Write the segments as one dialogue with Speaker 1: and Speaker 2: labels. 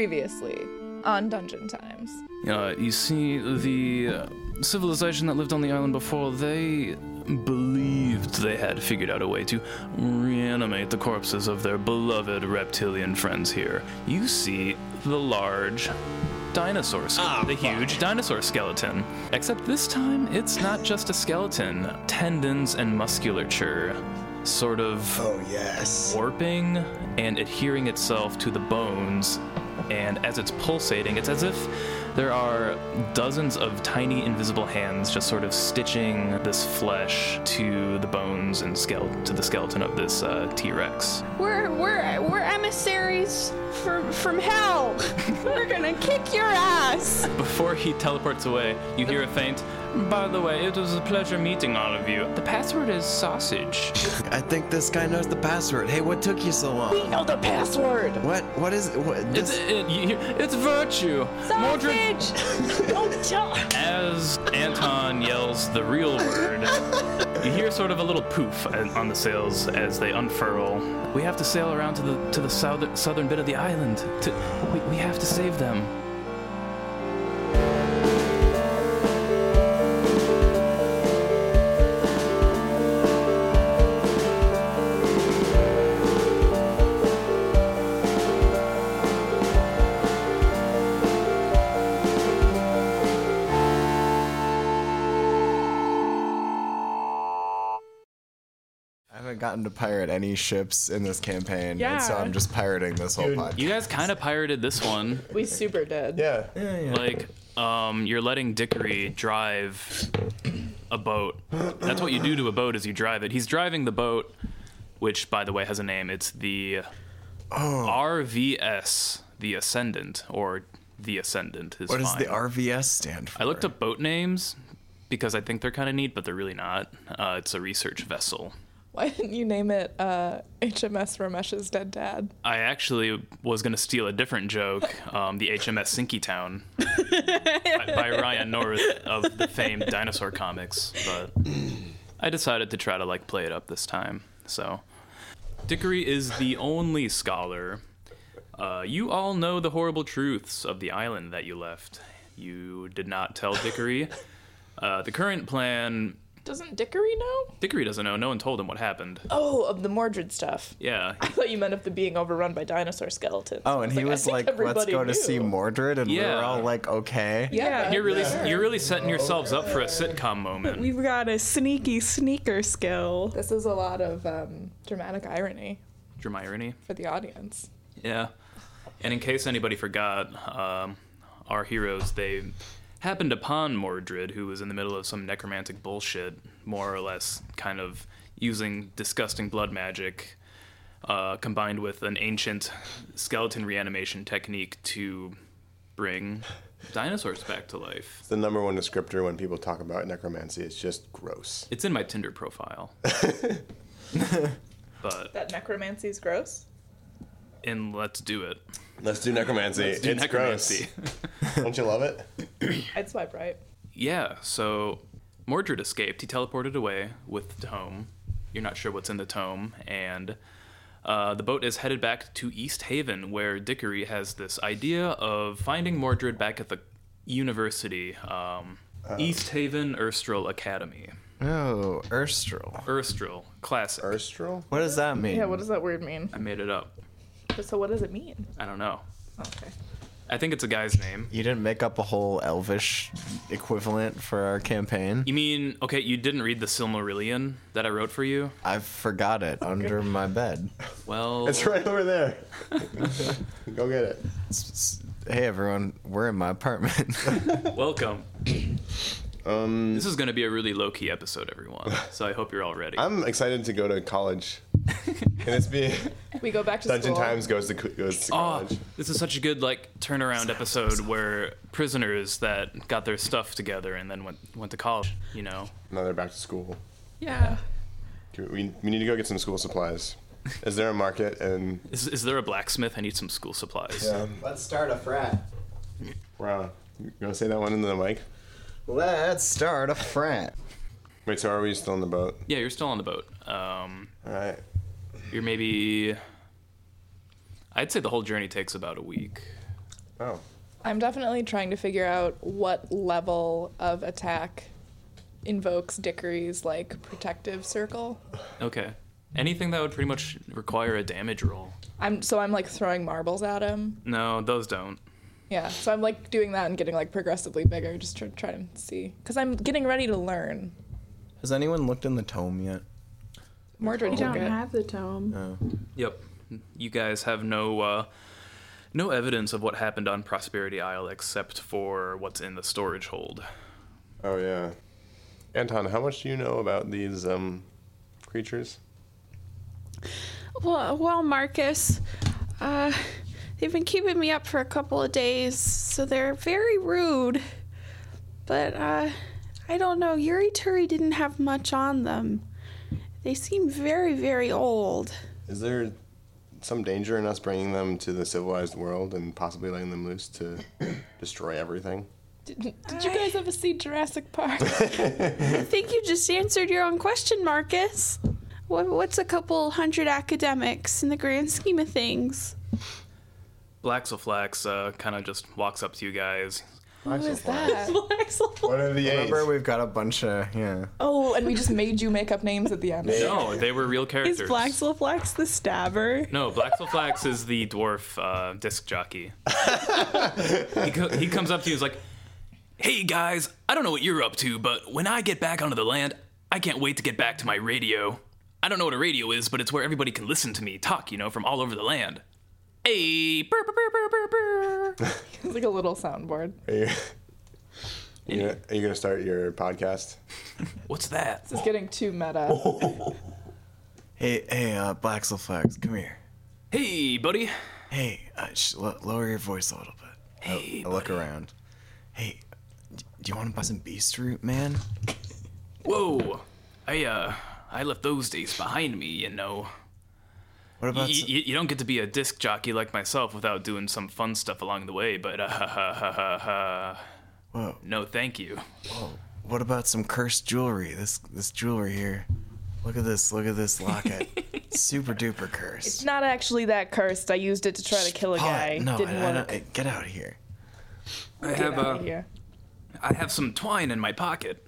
Speaker 1: previously on Dungeon Times.
Speaker 2: Uh, you see, the uh, civilization that lived on the island before, they believed they had figured out a way to reanimate the corpses of their beloved reptilian friends here. You see the large dinosaur ske-
Speaker 3: Ah,
Speaker 2: the
Speaker 3: fuck.
Speaker 2: huge dinosaur skeleton. Except this time, it's not just a skeleton, tendons and musculature sort of
Speaker 3: Oh, yes.
Speaker 2: warping and adhering itself to the bones. And as it's pulsating, it's as if there are dozens of tiny invisible hands just sort of stitching this flesh to the bones and skeleton to the skeleton of this uh, T-Rex.
Speaker 4: We're we're we're emissaries from from hell. we're gonna kick your ass.
Speaker 2: Before he teleports away, you hear a faint. By the way, it was a pleasure meeting all of you. The password is sausage.
Speaker 5: I think this guy knows the password. Hey, what took you so long?
Speaker 4: We know the password.
Speaker 5: What? What is? What,
Speaker 2: It's
Speaker 5: this,
Speaker 2: it, you hear, it's virtue. Mordred
Speaker 4: Sausage. Don't tell.
Speaker 2: As Anton yells the real word, you hear sort of a little poof on on the sails as they unfurl. We have to sail around to the to the southern southern bit of the island. To, we, we have to save them.
Speaker 5: I haven't gotten to pirate any ships in this campaign, and so
Speaker 1: Yeah.
Speaker 5: I'm just pirating this whole podcast.
Speaker 2: You guys kind of pirated this one.
Speaker 1: We super did.
Speaker 3: Yeah.
Speaker 2: Like, um, you're letting Dickory drive a boat. That's what you do to a boat is you drive it. He's driving the boat, which by the way has a name. It's the
Speaker 5: Oh.
Speaker 2: RVS, the Ascendant, or the Ascendant is
Speaker 5: what does
Speaker 2: fine.
Speaker 5: the RVS stand for?
Speaker 2: I looked up boat names because I think they're kind of neat, but they're really not. Uh, it's a research vessel.
Speaker 1: Why didn't you name it uh, HMS Ramesh's Dead Dad?
Speaker 2: I actually was going to steal a different joke, um, the HMS Sinky Town by, by Ryan North of the famed dinosaur comics, but I decided to try to like play it up this time. So, Dickory is the only scholar. Uh, you all know the horrible truths of the island that you left. You did not tell Dickory. Uh, the current plan
Speaker 1: Doesn't Dickory know?
Speaker 2: Dickory doesn't know. No one told him what happened.
Speaker 1: Oh, of the Mordred stuff.
Speaker 2: Yeah.
Speaker 1: I thought you meant of the being overrun by dinosaur skeletons.
Speaker 5: Oh, and he was like, "Let's go to see Mordred," and we
Speaker 2: Yeah.
Speaker 5: were all like, "Okay."
Speaker 1: Yeah.
Speaker 2: You're really you're really setting yourselves up for a sitcom moment.
Speaker 6: We've got a sneaky sneaker skill.
Speaker 1: This is a lot of um, dramatic irony
Speaker 2: Dramirony.
Speaker 1: for the audience.
Speaker 2: Yeah. And in case anybody forgot, um, our heroes they happened upon Mordred, who was in the middle of some necromantic bullshit, more or less, kind of using disgusting blood magic. Uh, combined with an ancient skeleton reanimation technique to bring dinosaurs back to life.
Speaker 3: The number one descriptor when people talk about necromancy is just gross.
Speaker 2: It's in my Tinder profile. but
Speaker 1: That necromancy's gross.
Speaker 2: in Let's Do It.
Speaker 3: Let's do necromancy.
Speaker 2: do
Speaker 3: it's
Speaker 2: necromancy.
Speaker 3: gross. Don't you love it?
Speaker 1: I'd swipe right.
Speaker 2: Yeah, so Mordred escaped. He teleported away with the tome. You're not sure what's in the tome. And uh, the boat is headed back to East Haven, where Dickory has this idea of finding Mordred back at the university. Um, East Haven Erstrel Academy.
Speaker 5: Oh, Erstrel.
Speaker 2: Erstrel, classic.
Speaker 3: Erstrel?
Speaker 5: What does that mean?
Speaker 1: Yeah, what does that word mean?
Speaker 2: I made it up.
Speaker 1: So what does it mean?
Speaker 2: I don't know.
Speaker 1: Okay.
Speaker 2: I think it's a guy's name.
Speaker 5: you didn't make up a whole Elvish equivalent for our campaign.
Speaker 2: You mean, okay, you didn't read the Silmarillion that I wrote for you?
Speaker 5: I forgot it under my bed.
Speaker 2: Well,
Speaker 3: It's right over there. Go get it.
Speaker 5: It's- it's- Hey everyone, we're in my apartment.
Speaker 2: Welcome. this is going to be a really low key episode, everyone. So I hope you're all ready.
Speaker 3: I'm excited to go to college. Can this be
Speaker 1: We go back to
Speaker 3: Dungeon
Speaker 1: school.
Speaker 3: Times goes to goes to
Speaker 2: Oh,
Speaker 3: college?
Speaker 2: this is such a good like turnaround episode where prisoners that got their stuff together and then went went to college. You know,
Speaker 3: Now they're back to school.
Speaker 6: Yeah.
Speaker 3: Do We, we need to go get some school supplies. Is there a market? And
Speaker 2: is, is there a blacksmith? I need some school supplies.
Speaker 5: Let's start a frat.
Speaker 3: wow, you want to say that one into the mic?
Speaker 5: Let's start a frat.
Speaker 3: Wait, so are we still on the boat?
Speaker 2: Yeah, you're still on the boat. Um,
Speaker 3: All right.
Speaker 2: you're maybe. I'd say the whole journey takes about a week.
Speaker 3: Oh.
Speaker 1: I'm definitely trying to figure out what level of attack invokes Dickory's like protective circle.
Speaker 2: Okay. Anything that would pretty much require a damage roll.
Speaker 1: I'm so I'm like throwing marbles at him.
Speaker 2: No, those don't.
Speaker 1: Yeah. So I'm like doing that and getting like progressively bigger, just to try to see. Because I'm getting ready to learn.
Speaker 5: Has anyone looked in the tome yet?
Speaker 1: Mordred
Speaker 6: You
Speaker 1: took
Speaker 6: don't
Speaker 1: it.
Speaker 6: have the tome.
Speaker 5: No.
Speaker 2: Yep. You guys have no uh, no evidence of what happened on Prosperity Isle except for what's in the storage hold.
Speaker 3: Oh yeah. Anton, how much do you know about these um, creatures?
Speaker 4: Well, well, Marcus, uh, they've been keeping me up for a couple of days, so they're very rude. But uh, I don't know. Yuri Turi didn't have much on them. They seem very, very old.
Speaker 3: Is there some danger in us bringing them to the civilized world and possibly letting them loose to destroy everything?
Speaker 1: Did you guys ever see Jurassic Park?
Speaker 4: I think you just answered your own question, Marcus. What, what's a couple hundred academics in the grand scheme of things?
Speaker 2: Blaxoflax uh, kind of just walks up to you guys.
Speaker 1: Who is that?
Speaker 3: What are the
Speaker 5: Remember, we've got a bunch of yeah.
Speaker 1: Oh, and we just made you make up names at the end.
Speaker 2: No, Oh, they were real
Speaker 6: Is
Speaker 2: characters.
Speaker 6: Blaxlaflax the stabber?
Speaker 2: No, Blaxoflax is the dwarf uh, disc jockey. he, co- he comes up to you and is like, Hey guys, I don't know what you're up to, but when I get back onto the land, I can't wait to get back to my radio. I don't know what a radio is, but it's where everybody can listen to me talk, you know, from all over the land. Hey, burr, burr, burr, burr, burr, burr.
Speaker 1: It's like a little soundboard.
Speaker 3: Are you, you gonna, are you gonna start your podcast?
Speaker 2: What's that?
Speaker 1: It's getting too
Speaker 5: Oh.
Speaker 1: meta.
Speaker 5: Hey, hey, uh, Blaxelflex, come here.
Speaker 2: Hey, buddy.
Speaker 5: Hey, uh, sh- lo- lower your voice a little bit. Oh,
Speaker 2: Hey,
Speaker 5: I look around. Hey, d- do you want to buy some beast root, man?
Speaker 2: whoa. I uh, I left those days behind me, you know.
Speaker 5: What
Speaker 2: Y-
Speaker 5: about?
Speaker 2: y-
Speaker 5: some-
Speaker 2: you don't get to be a disc jockey like myself without doing some fun stuff along the way, but uh, ha, ha, ha, ha, ha.
Speaker 5: Whoa.
Speaker 2: no, thank you.
Speaker 5: What about some cursed jewelry? This this jewelry here. Look at this. Look at this locket. Super duper cursed.
Speaker 1: Not actually that cursed. I used it to try to kill a
Speaker 5: Paul,
Speaker 1: guy.
Speaker 5: No,
Speaker 1: Didn't
Speaker 5: I, I
Speaker 1: work.
Speaker 5: don't- I- get out of here.
Speaker 2: I have uh,
Speaker 1: Outta here.
Speaker 2: I have some twine in my pocket.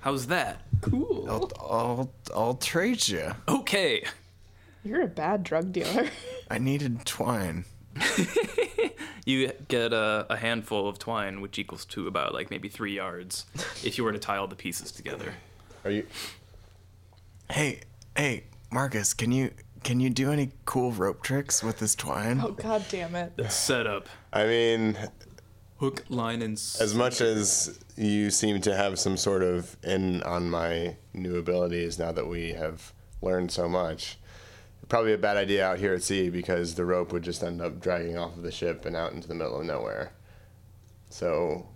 Speaker 2: How's that?
Speaker 5: I'll, I'll I'll trade you.
Speaker 2: Okay.
Speaker 1: You're a bad drug dealer.
Speaker 5: I needed twine.
Speaker 2: You get a, a handful of twine, which equals to about like maybe three yards, if you were to tie all the pieces together.
Speaker 3: Are you?
Speaker 5: Hey, hey, Marcus, can you can you do any cool rope tricks with this twine?
Speaker 1: oh god damn it.
Speaker 2: Set up
Speaker 3: I mean,
Speaker 2: hook, line, and
Speaker 3: as much as you seem to have some sort of in on my new abilities now that we have learned so much, probably a bad idea out here at sea because the rope would just end up dragging off of the ship and out into the middle of nowhere. So,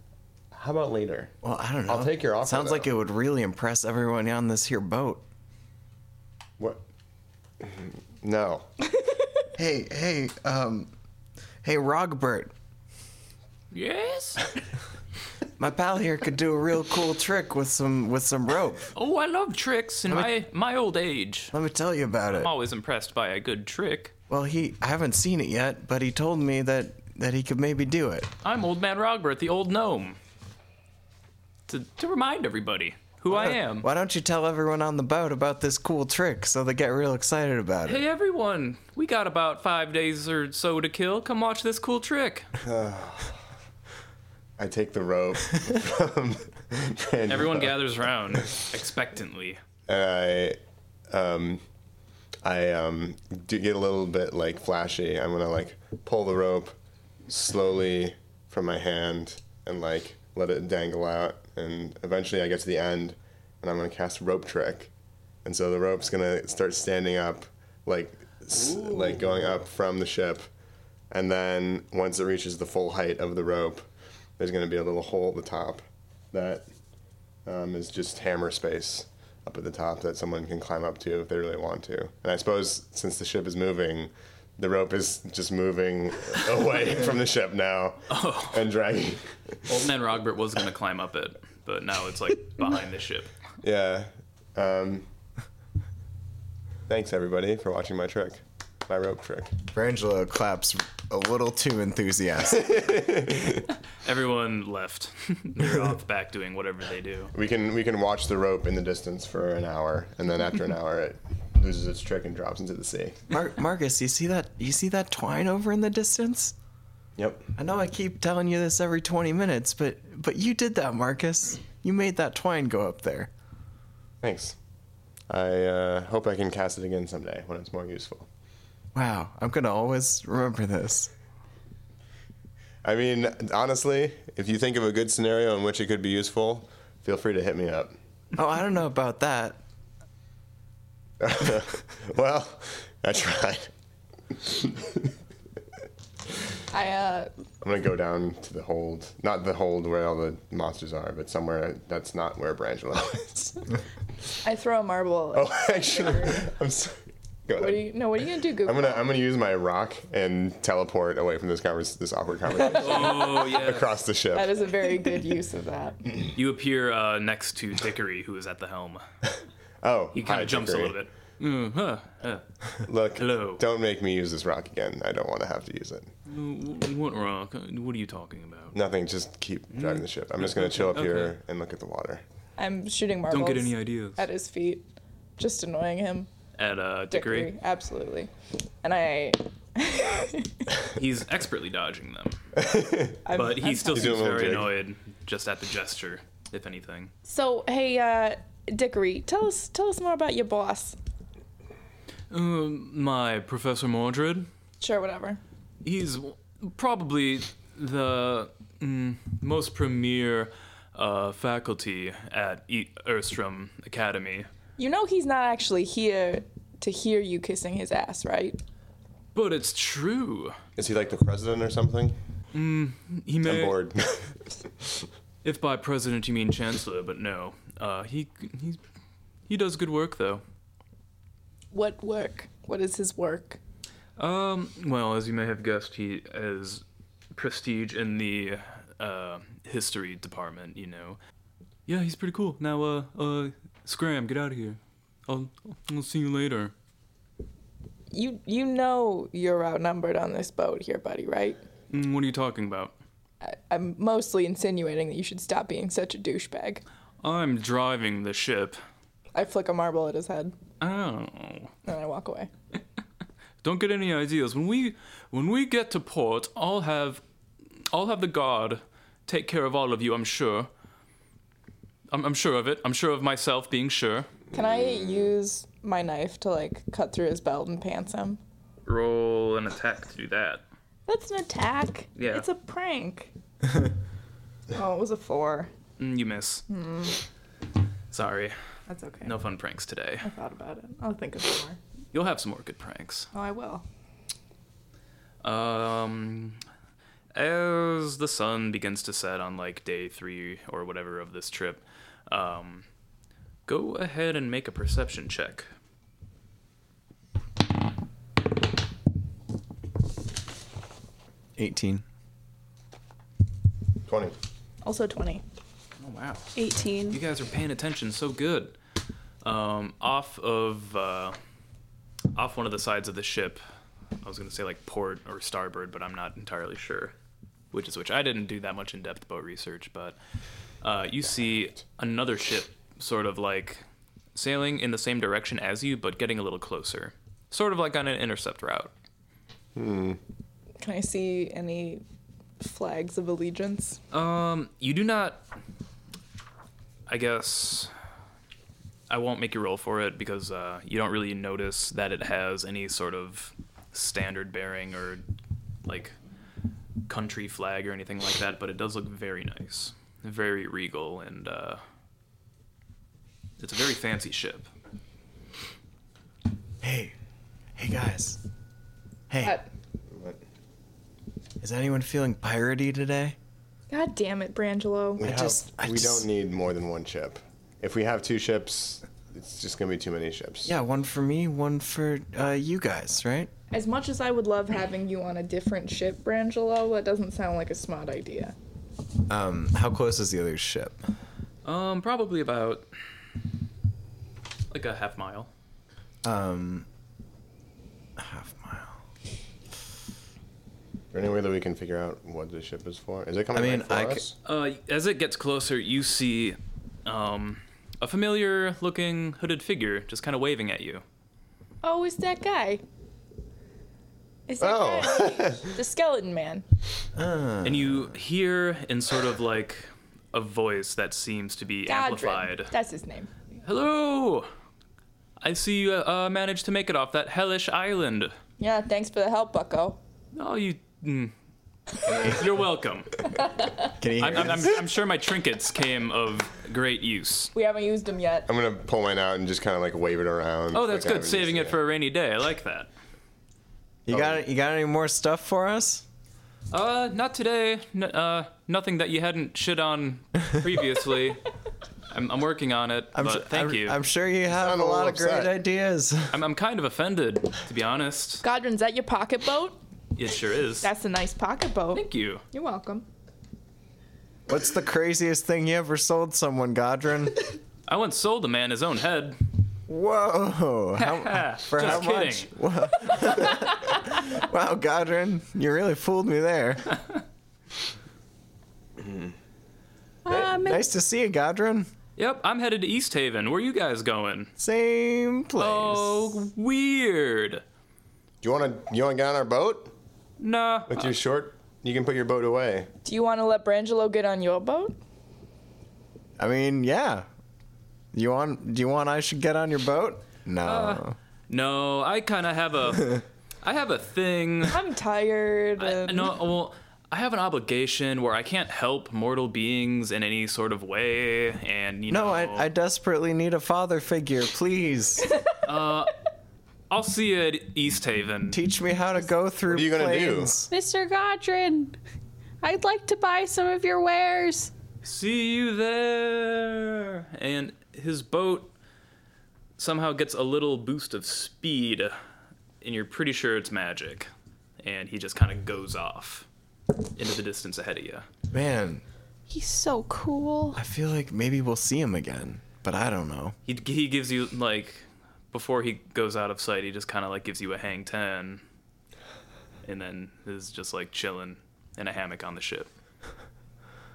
Speaker 3: how about later?
Speaker 5: Well, I don't know.
Speaker 3: I'll take your offer,
Speaker 5: Sounds like
Speaker 3: though.
Speaker 5: it would really impress everyone on this here boat.
Speaker 3: What? No.
Speaker 5: Hey, hey, um, hey, Rogbert,
Speaker 2: yes.
Speaker 5: my pal here could do a real cool trick with some with some rope.
Speaker 2: Oh, I love tricks in my my old age.
Speaker 5: Let me tell you about it.
Speaker 2: I'm always impressed by a good trick.
Speaker 5: Well, he I haven't seen it yet, but he told me that that he could maybe do it.
Speaker 2: I'm Old Man Rogbert, the old gnome. To, to remind everybody who I am.
Speaker 5: Why don't you tell everyone on the boat about this cool trick so they get real excited about it?
Speaker 2: Hey everyone, we got about five days or so to kill. Come watch this cool trick.
Speaker 3: I take the rope from Brandon
Speaker 2: Everyone gathers around expectantly.
Speaker 3: and I, um, I um, do get a little bit like flashy. I'm gonna like pull the rope slowly from my hand and like let it dangle out. And eventually, I get to the end, and I'm gonna cast rope trick. And so the rope's gonna start standing up, like s- like going up from the ship. And then once it reaches the full height of the rope, there's gonna be a little hole at the top that um, is just hammer space up at the top that someone can climb up to if they really want to. And I suppose since the ship is moving, the rope is just moving away from the ship now and dragging.
Speaker 2: Old Man Rogbert was gonna climb up it, but now it's like behind the ship.
Speaker 3: Yeah. Um, thanks everybody for watching my trick. my rope trick.
Speaker 5: Brangelo claps a little too enthusiastic.
Speaker 2: Everyone left. They're off back doing whatever they do.
Speaker 3: We can we can watch the rope in the distance for an hour, and then after an hour, it loses its trick and drops into the sea.
Speaker 5: Mar- Marcus, you see that? You see that twine over in the distance?
Speaker 3: Yep.
Speaker 5: I know I keep telling you this every 20 minutes, but but you did that, Marcus. You made that twine go up there.
Speaker 3: Thanks. I uh, hope I can cast it again someday when it's more useful.
Speaker 5: Wow, I'm gonna always remember this.
Speaker 3: I mean, honestly, if you think of a good scenario in which it could be useful, feel free to hit me up.
Speaker 5: Oh, I don't know about that.
Speaker 3: Well, I tried.
Speaker 1: I uh,
Speaker 3: I'm gonna go down to the hold, not the hold where all the monsters are, but somewhere that's not where Brangelo is.
Speaker 1: I throw a marble.
Speaker 3: Oh, actually, I'm sorry. Go
Speaker 1: What
Speaker 3: ahead.
Speaker 1: are you? No, what are you gonna do, Google?
Speaker 3: I'm gonna I'm gonna use my rock and teleport away from this convers- this awkward conversation
Speaker 2: Oh yeah.
Speaker 3: across the ship.
Speaker 1: that is a very good use of that.
Speaker 2: You appear uh, next to Dickory, who is at the helm.
Speaker 3: oh,
Speaker 2: He kind of jumps a little bit. Mm, huh, huh.
Speaker 3: bit. Look,
Speaker 2: Hello.
Speaker 3: don't make me use this rock again. I don't want to have to use it.
Speaker 2: Mm, What rock? What are you talking about?
Speaker 3: Nothing. Just keep driving the ship. I'm just gonna chill up
Speaker 2: Mm-hmm. Okay.
Speaker 3: here and look at the water.
Speaker 1: I'm shooting marbles
Speaker 2: Don't get any ideas.
Speaker 1: at his feet, just annoying him.
Speaker 2: At uh,
Speaker 1: Dickory,
Speaker 2: Dickory,
Speaker 1: absolutely. And I,
Speaker 2: he's expertly dodging them,
Speaker 1: I'm,
Speaker 2: but he
Speaker 1: I'm
Speaker 2: still
Speaker 3: He's doing
Speaker 2: seems
Speaker 3: a little
Speaker 2: very
Speaker 3: jig.
Speaker 2: annoyed just at the gesture, if anything.
Speaker 1: So hey, uh, Dickory, tell us tell us more about your boss.
Speaker 2: Um, my Professor Mordred,
Speaker 1: Sure, whatever.
Speaker 2: he's probably the mm, most premier uh, faculty at e- Erstrom Academy.
Speaker 1: You know he's not actually here to hear you kissing his ass, right?
Speaker 2: But it's true.
Speaker 3: Is he like the president or something?
Speaker 2: He
Speaker 3: I'm
Speaker 2: may,
Speaker 3: bored.
Speaker 2: if by president you mean chancellor, but no. Uh, he he he does good work though.
Speaker 1: What work? What is his work?
Speaker 2: Um, well, as you may have guessed, he has prestige in the uh, history department. You know. Yeah, he's pretty cool. Now, uh, uh, Scram, get out of here. I'll I'll see you later.
Speaker 1: You you know you're outnumbered on this boat here, buddy, right?
Speaker 2: Mm, What are you talking about?
Speaker 1: I, I'm mostly insinuating that you should stop being such a douchebag.
Speaker 2: I'm driving the ship.
Speaker 1: I flick a marble at his head
Speaker 2: Oh.
Speaker 1: and I walk away.
Speaker 2: Don't get any ideas. When we when we get to port, I'll have I'll have the guard take care of all of you, I'm sure. I'm, I'm sure of it. I'm sure of myself being sure.
Speaker 1: Can I use my knife to like cut through his belt and pants him?
Speaker 2: Roll an attack to do that.
Speaker 1: That's an attack.
Speaker 2: Yeah.
Speaker 1: It's a prank. oh, it was a four.
Speaker 2: Mm, you miss. Sorry.
Speaker 1: That's okay.
Speaker 2: No fun pranks today.
Speaker 1: I thought about it. I'll think of more.
Speaker 2: You'll have some more good pranks.
Speaker 1: Oh, I will.
Speaker 2: Um, as the sun begins to set on like day three or whatever of this trip, um, go ahead and make a perception check.
Speaker 5: Eighteen.
Speaker 3: Twenty.
Speaker 1: Also 20.
Speaker 2: Oh wow,
Speaker 6: 18.
Speaker 2: you guys are paying attention so good. Um, off of uh, off one of the sides of the ship, I was gonna say like port or starboard, but I'm not entirely sure which is which. I didn't do that much in-depth boat research, but uh, you see another ship sort of like sailing in the same direction as you, but getting a little closer, sort of like on an intercept route.
Speaker 1: Can I see any flags of allegiance?
Speaker 2: Um, you do not. I guess I won't make you roll for it because uh, you don't really notice that it has any sort of standard bearing or like country flag or anything like that. But it does look very nice, very regal, and uh, it's a very fancy ship.
Speaker 5: Hey, hey guys. Hey,
Speaker 1: God,
Speaker 5: is anyone feeling piratey today?
Speaker 1: God damn it, Brangelo.
Speaker 3: We, have,
Speaker 5: just- I
Speaker 3: we
Speaker 5: just-
Speaker 3: don't need more than one ship. If we have two ships, it's just gonna be too many ships.
Speaker 5: Yeah, one for me, one for uh, you guys, right?
Speaker 1: As much as I would love having you on a different ship, Brangelo, that doesn't sound like a smart idea.
Speaker 5: Um, how close is the other ship?
Speaker 2: Um, probably about like a half mile.
Speaker 5: Um, half mile.
Speaker 3: there any way that we can figure out what the ship is for? Is it coming
Speaker 5: I mean,
Speaker 3: right for
Speaker 5: I c-
Speaker 3: us?
Speaker 2: Uh, as it gets closer, you see um, a familiar looking hooded figure just kind of waving at you.
Speaker 1: Oh, it's that guy. Is that
Speaker 3: Oh.
Speaker 1: guy the skeleton man?
Speaker 2: And you hear in sort of like a voice that seems to be amplified.
Speaker 1: Godrin. That's his name.
Speaker 2: Hello! I see you uh, managed to make it off that hellish island.
Speaker 1: Yeah, thanks for the help, Bucko.
Speaker 2: Oh, you. Mm. You're welcome.
Speaker 5: Can you hear
Speaker 2: I'm, I'm,
Speaker 5: us?
Speaker 2: I'm, I'm sure my trinkets came of great use.
Speaker 1: We haven't used him yet.
Speaker 3: I'm gonna pull mine out and just kind of like wave it around.
Speaker 2: Oh, that's
Speaker 3: Like, I
Speaker 2: good.
Speaker 3: was
Speaker 2: Saving
Speaker 3: just-
Speaker 2: it for a rainy day. I like that.
Speaker 5: You got you got any more stuff for us?
Speaker 2: Uh, not today. N- uh, nothing that you hadn't shit on previously. I'm, I'm working on it, but
Speaker 5: su-
Speaker 2: thank
Speaker 5: I'm,
Speaker 2: you.
Speaker 5: I'm sure you have
Speaker 3: sound
Speaker 5: a
Speaker 3: a
Speaker 5: lot
Speaker 3: little
Speaker 5: of great
Speaker 3: upset.
Speaker 5: ideas.
Speaker 2: I'm, I'm kind of offended, to be honest.
Speaker 1: Godrin's that your pocket boat?
Speaker 2: It sure is.
Speaker 1: That's a nice pocket boat.
Speaker 2: Thank you.
Speaker 1: You're welcome.
Speaker 5: What's the craziest thing you ever sold someone, Godrin?
Speaker 2: I once sold a man his own head.
Speaker 5: Whoa! How,
Speaker 2: Ah,
Speaker 5: for
Speaker 2: just
Speaker 5: how
Speaker 2: kidding.
Speaker 5: much? Wow, Godrin, you really fooled me there.
Speaker 4: Um,
Speaker 5: Nice to see you, Godrin.
Speaker 2: Yep, I'm headed to East Haven. Where you guys going?
Speaker 5: Same place.
Speaker 2: Oh, weird.
Speaker 3: You wanna you wanna get on our boat
Speaker 2: Nah.
Speaker 3: with your short? You can put your boat away.
Speaker 1: Do you want to let Brangelo get on your boat?
Speaker 5: I mean, yeah. You want? Do you want? I should get on your boat? No.
Speaker 2: Uh. No, I kind of have a, I have a thing.
Speaker 1: I'm tired.
Speaker 2: I,
Speaker 1: and-
Speaker 2: no, well, I have an obligation where I can't help mortal beings in any sort of way, and you
Speaker 5: no,
Speaker 2: know,
Speaker 5: I, I desperately need a father figure. Please
Speaker 2: I'll see you at East Haven.
Speaker 5: teach me how to go through
Speaker 3: What are you gonna do?
Speaker 5: planes.
Speaker 4: Mr. Godrin, I'd like to buy some of your wares.
Speaker 2: see you there. And his boat somehow gets a little boost of speed, and you're pretty sure it's magic, and he just kind of goes off into the distance ahead of you.
Speaker 5: Man,
Speaker 4: He's so cool.
Speaker 5: I feel like maybe we'll see him again, but I don't know.
Speaker 2: He he gives you like before he goes out of sight, he just kind of like gives you a hang ten, and then is just like chilling in a hammock on the ship.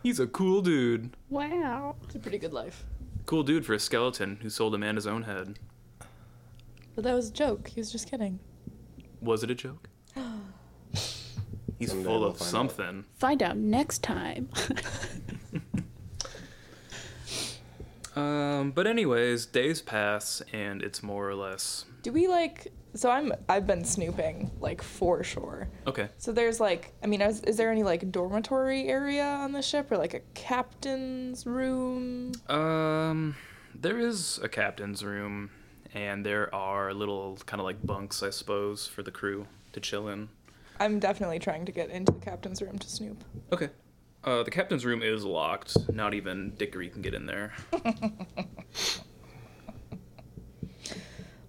Speaker 2: He's a cool dude.
Speaker 4: Wow.
Speaker 1: It's a pretty good life.
Speaker 2: Cool dude for a skeleton who sold a man his own head.
Speaker 1: But that was a joke. He was just kidding.
Speaker 2: Was it a joke? He's
Speaker 3: Someday
Speaker 2: full
Speaker 3: we'll
Speaker 2: of
Speaker 3: find out.
Speaker 2: something.
Speaker 4: Find out next time.
Speaker 2: Um, but anyways, days pass and it's more or less
Speaker 1: Do we like? So I'm. I've been snooping like for sure.
Speaker 2: okay.
Speaker 1: So there's like, I mean, is, is there any like dormitory area on the ship or like a captain's room?
Speaker 2: Um, there is a captain's room, and there are little kind of like bunks, I suppose, for the crew to chill in.
Speaker 1: I'm definitely trying to get into the captain's room to snoop.
Speaker 2: Okay. Uh, the captain's room is locked. Not even Dickory can get in there.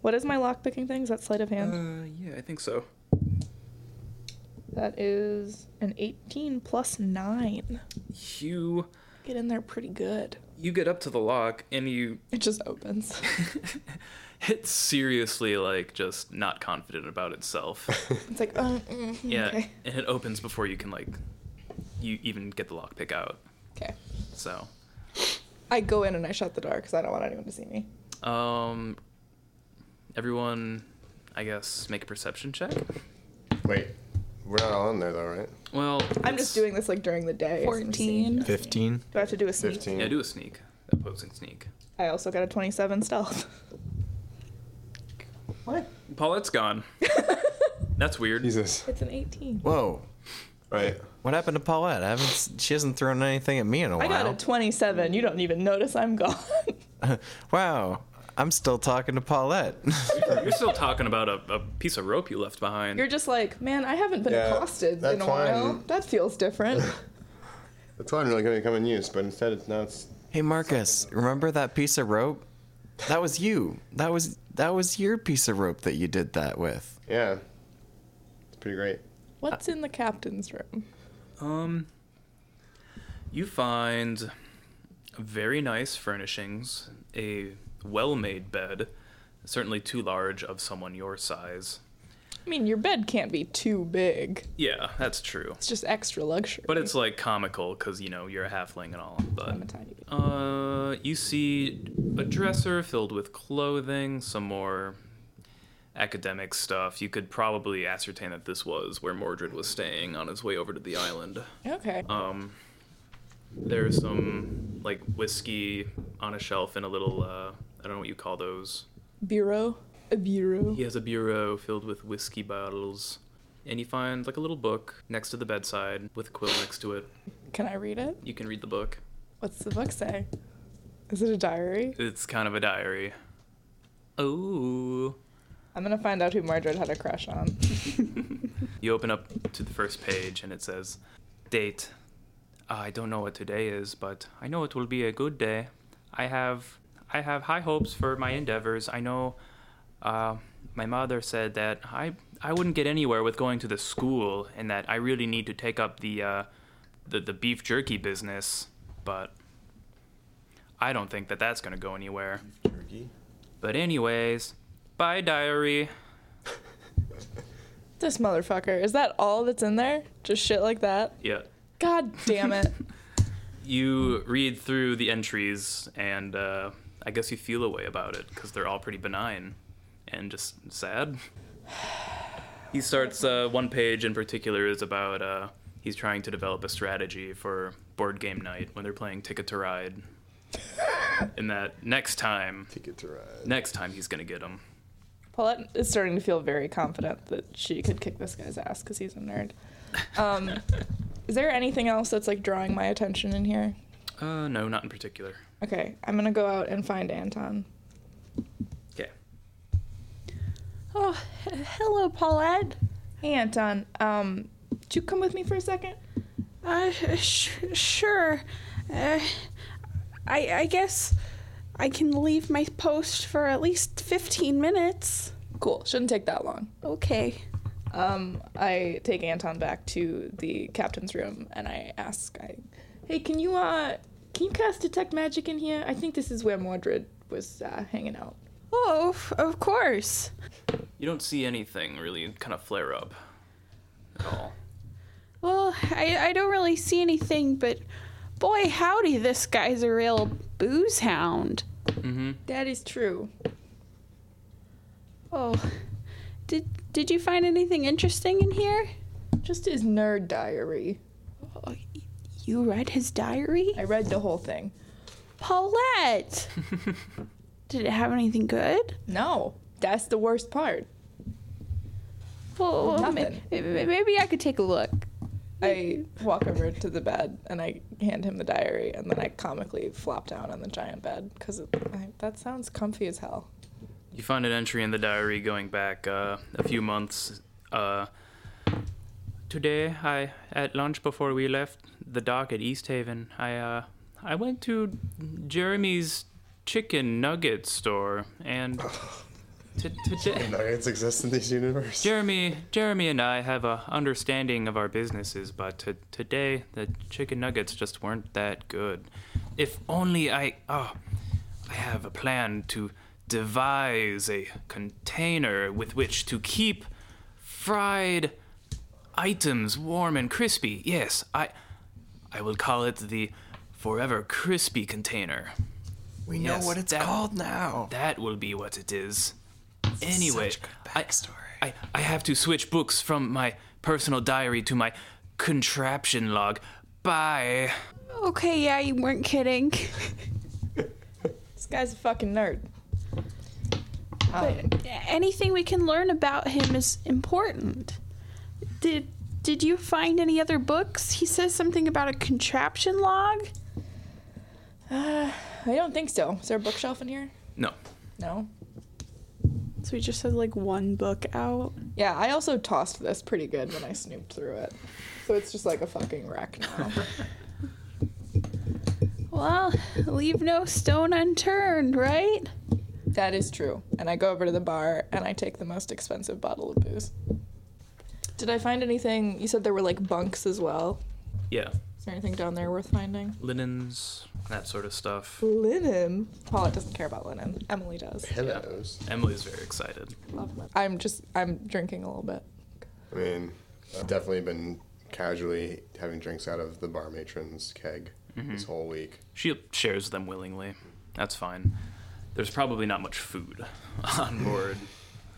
Speaker 1: What is my lock picking thing? Is that sleight of hand?
Speaker 2: Uh, yeah, I think so.
Speaker 1: that is an 18 plus 9.
Speaker 2: You
Speaker 1: Get in there pretty good.
Speaker 2: you get up to the lock and you
Speaker 1: It just opens.
Speaker 2: it's seriously like just not confident about itself.
Speaker 1: It's like, uh, mm,
Speaker 2: yeah,
Speaker 1: okay.
Speaker 2: and it opens before you can like you even get the lockpick out.
Speaker 1: Okay.
Speaker 2: So,
Speaker 1: I go in and I shut the door because I don't want anyone to see me.
Speaker 2: um, everyone, I guess make a perception check.
Speaker 3: Wait, we're not all in there though, right?
Speaker 2: Well,
Speaker 1: I'm
Speaker 2: it's-
Speaker 1: just doing this like during the day. so I'm seeing-
Speaker 4: 14.
Speaker 5: 15?
Speaker 1: Do I have to do a sneak?
Speaker 3: Fifteen.
Speaker 2: Yeah, do a sneak, opposing sneak.
Speaker 1: I also got a 27 stealth. What?
Speaker 2: Paulette's gone. That's weird.
Speaker 3: Jesus.
Speaker 1: It's an 18.
Speaker 5: Whoa.
Speaker 3: Right.
Speaker 5: What happened to Paulette? I haven't. s- She hasn't thrown anything at me in a
Speaker 1: I
Speaker 5: while.
Speaker 1: got a 27. You don't even notice I'm gone.
Speaker 5: wow. I'm still talking to Paulette.
Speaker 2: You're still talking about a, a piece of rope you left behind.
Speaker 1: You're just like, man, I haven't been
Speaker 3: Yeah,
Speaker 1: accosted in
Speaker 3: that's
Speaker 1: a while.
Speaker 3: fine.
Speaker 1: That feels different.
Speaker 3: That's why I'm really gonna come in use, but instead it's not. s-
Speaker 5: hey Marcus, remember that piece of rope? That was you. That was that was your piece of rope that you did that with.
Speaker 3: Yeah. It's pretty great.
Speaker 1: What's in the captain's room?
Speaker 2: Um, you find very nice furnishings, a well-made bed, certainly too large of someone your size,
Speaker 1: I mean, your bed can't be too big.
Speaker 2: Yeah, that's true.
Speaker 1: It's just extra luxury.
Speaker 2: But it's like comical because you know you're a halfling and all.
Speaker 1: I'm a
Speaker 2: But
Speaker 1: tiny bit.
Speaker 2: uh, you see a dresser filled with clothing, some more academic stuff. You could probably ascertain that this was where Mordred was staying on his way over to the island.
Speaker 1: Okay.
Speaker 2: Um, there's some like whiskey on a shelf in a little uh, I don't know what you call those.
Speaker 1: bureau. A bureau.
Speaker 2: He has a bureau filled with whiskey bottles, and you find like a little book next to the bedside with a quill next to it.
Speaker 1: Can I read it?
Speaker 2: You can read the book.
Speaker 1: What's the book say? Is it a diary?
Speaker 2: It's kind of a diary. Oh.
Speaker 1: I'm gonna find out who Mordred had a crush on.
Speaker 2: You open up to the first page and it says, Date. Ah, I don't know what today is, but I know it will be a good day. I have I have high hopes for my endeavors. I know uh, my mother said that I I wouldn't get anywhere with going to the school and that I really need to take up the uh, the, the beef jerky business, but I don't think that that's going to go anywhere.
Speaker 3: Turkey.
Speaker 2: But anyways, bye diary.
Speaker 1: This motherfucker. Is that all that's in there? Just shit like that?
Speaker 2: Yeah.
Speaker 1: God damn it.
Speaker 2: You read through the entries, and uh, I guess you feel a way about it because they're all pretty benign and just sad. He starts uh, one page in particular is about uh, he's trying to develop a strategy for board game night when they're playing Ticket to Ride, and that next time,
Speaker 3: Ticket to ride.
Speaker 2: next time he's gonna get him.
Speaker 1: Paulette is starting to feel very confident that she could kick this guy's ass because he's a nerd. Um, is there anything else that's like drawing my attention in here?
Speaker 2: Uh, no, not in particular.
Speaker 1: Okay, I'm gonna go out and find Anton.
Speaker 2: Okay.
Speaker 4: Oh, h- hello, Paulette.
Speaker 1: Hey, Anton. Um, do you come with me for a second?
Speaker 4: Uh, sh- sure. Uh, I I guess I can leave my post for at least fifteen minutes.
Speaker 1: Cool. Shouldn't take that long.
Speaker 4: Okay.
Speaker 1: Um, I take Anton back to the captain's room and I ask, I, "Hey, can you uh, can you cast detect magic in here? I think this is where Mordred was uh, hanging out."
Speaker 4: Oh, f- of course.
Speaker 2: You don't see anything really kind of flare up at all.
Speaker 4: Well, I I don't really see anything, but boy howdy, this guy's a real booze hound.
Speaker 1: That is true.
Speaker 4: Oh, did did you find anything interesting in here?
Speaker 1: Just his nerd diary.
Speaker 4: Oh, y- you read his diary,
Speaker 1: I read the whole thing.
Speaker 4: Paulette. did it have anything good?
Speaker 1: No, that's the worst part.
Speaker 4: Well, well, ma-
Speaker 1: Nothing.
Speaker 4: ma- ma- maybe I could take a look.
Speaker 1: I walk over to the bed and I hand him the diary, and then I comically flop down on the giant bed because that sounds comfy as hell.
Speaker 2: You find an entry in the diary going back uh, a few months. Uh, Today, I at lunch before we left the dock at East Haven, I uh, I went to Jeremy's chicken nugget store, and t- today
Speaker 3: Nuggets exist in this universe.
Speaker 2: Jeremy Jeremy and I have a understanding of our businesses, but t- today the chicken nuggets just weren't that good. If only I oh, I have a plan to devise a container with which to keep fried items warm and crispy. Yes, I I will call it the forever crispy container.
Speaker 5: We know
Speaker 2: Yes,
Speaker 5: what it's
Speaker 2: that-
Speaker 5: called now.
Speaker 2: That will be what it is. Anyway,
Speaker 5: such good
Speaker 2: I-
Speaker 5: backstory.
Speaker 2: I, I have to switch books from my personal diary to my contraption log. Bye.
Speaker 4: Okay, yeah, you weren't kidding.
Speaker 1: This guy's a fucking nerd. Um,
Speaker 4: But anything we can learn about him is important. Did did you find any other books? He says something about a contraption log.
Speaker 1: I don't think so. Is there a bookshelf in here?
Speaker 2: No.
Speaker 1: No.
Speaker 6: So we just had like one book out.
Speaker 1: Yeah, I also tossed this pretty good when I snooped through it. So it's just like a fucking wreck now.
Speaker 4: Well, leave no stone unturned, right?
Speaker 1: that is true. And I go over to the bar and I take the most expensive bottle of booze. Did I find anything? You said there were like bunks as well.
Speaker 2: Yeah.
Speaker 1: there anything down there worth finding?
Speaker 2: linens, that sort of stuff.
Speaker 1: Linen. Paula doesn't care about linen. Emily does.
Speaker 3: Pillows.
Speaker 2: Emily's very excited.
Speaker 1: Love linen. I'm just I'm drinking a little bit.
Speaker 3: I mean, I've definitely been casually having drinks out of the bar matron's keg
Speaker 5: Mm-hmm.
Speaker 3: this whole week.
Speaker 2: She shares them willingly. That's fine. There's probably not much food on board,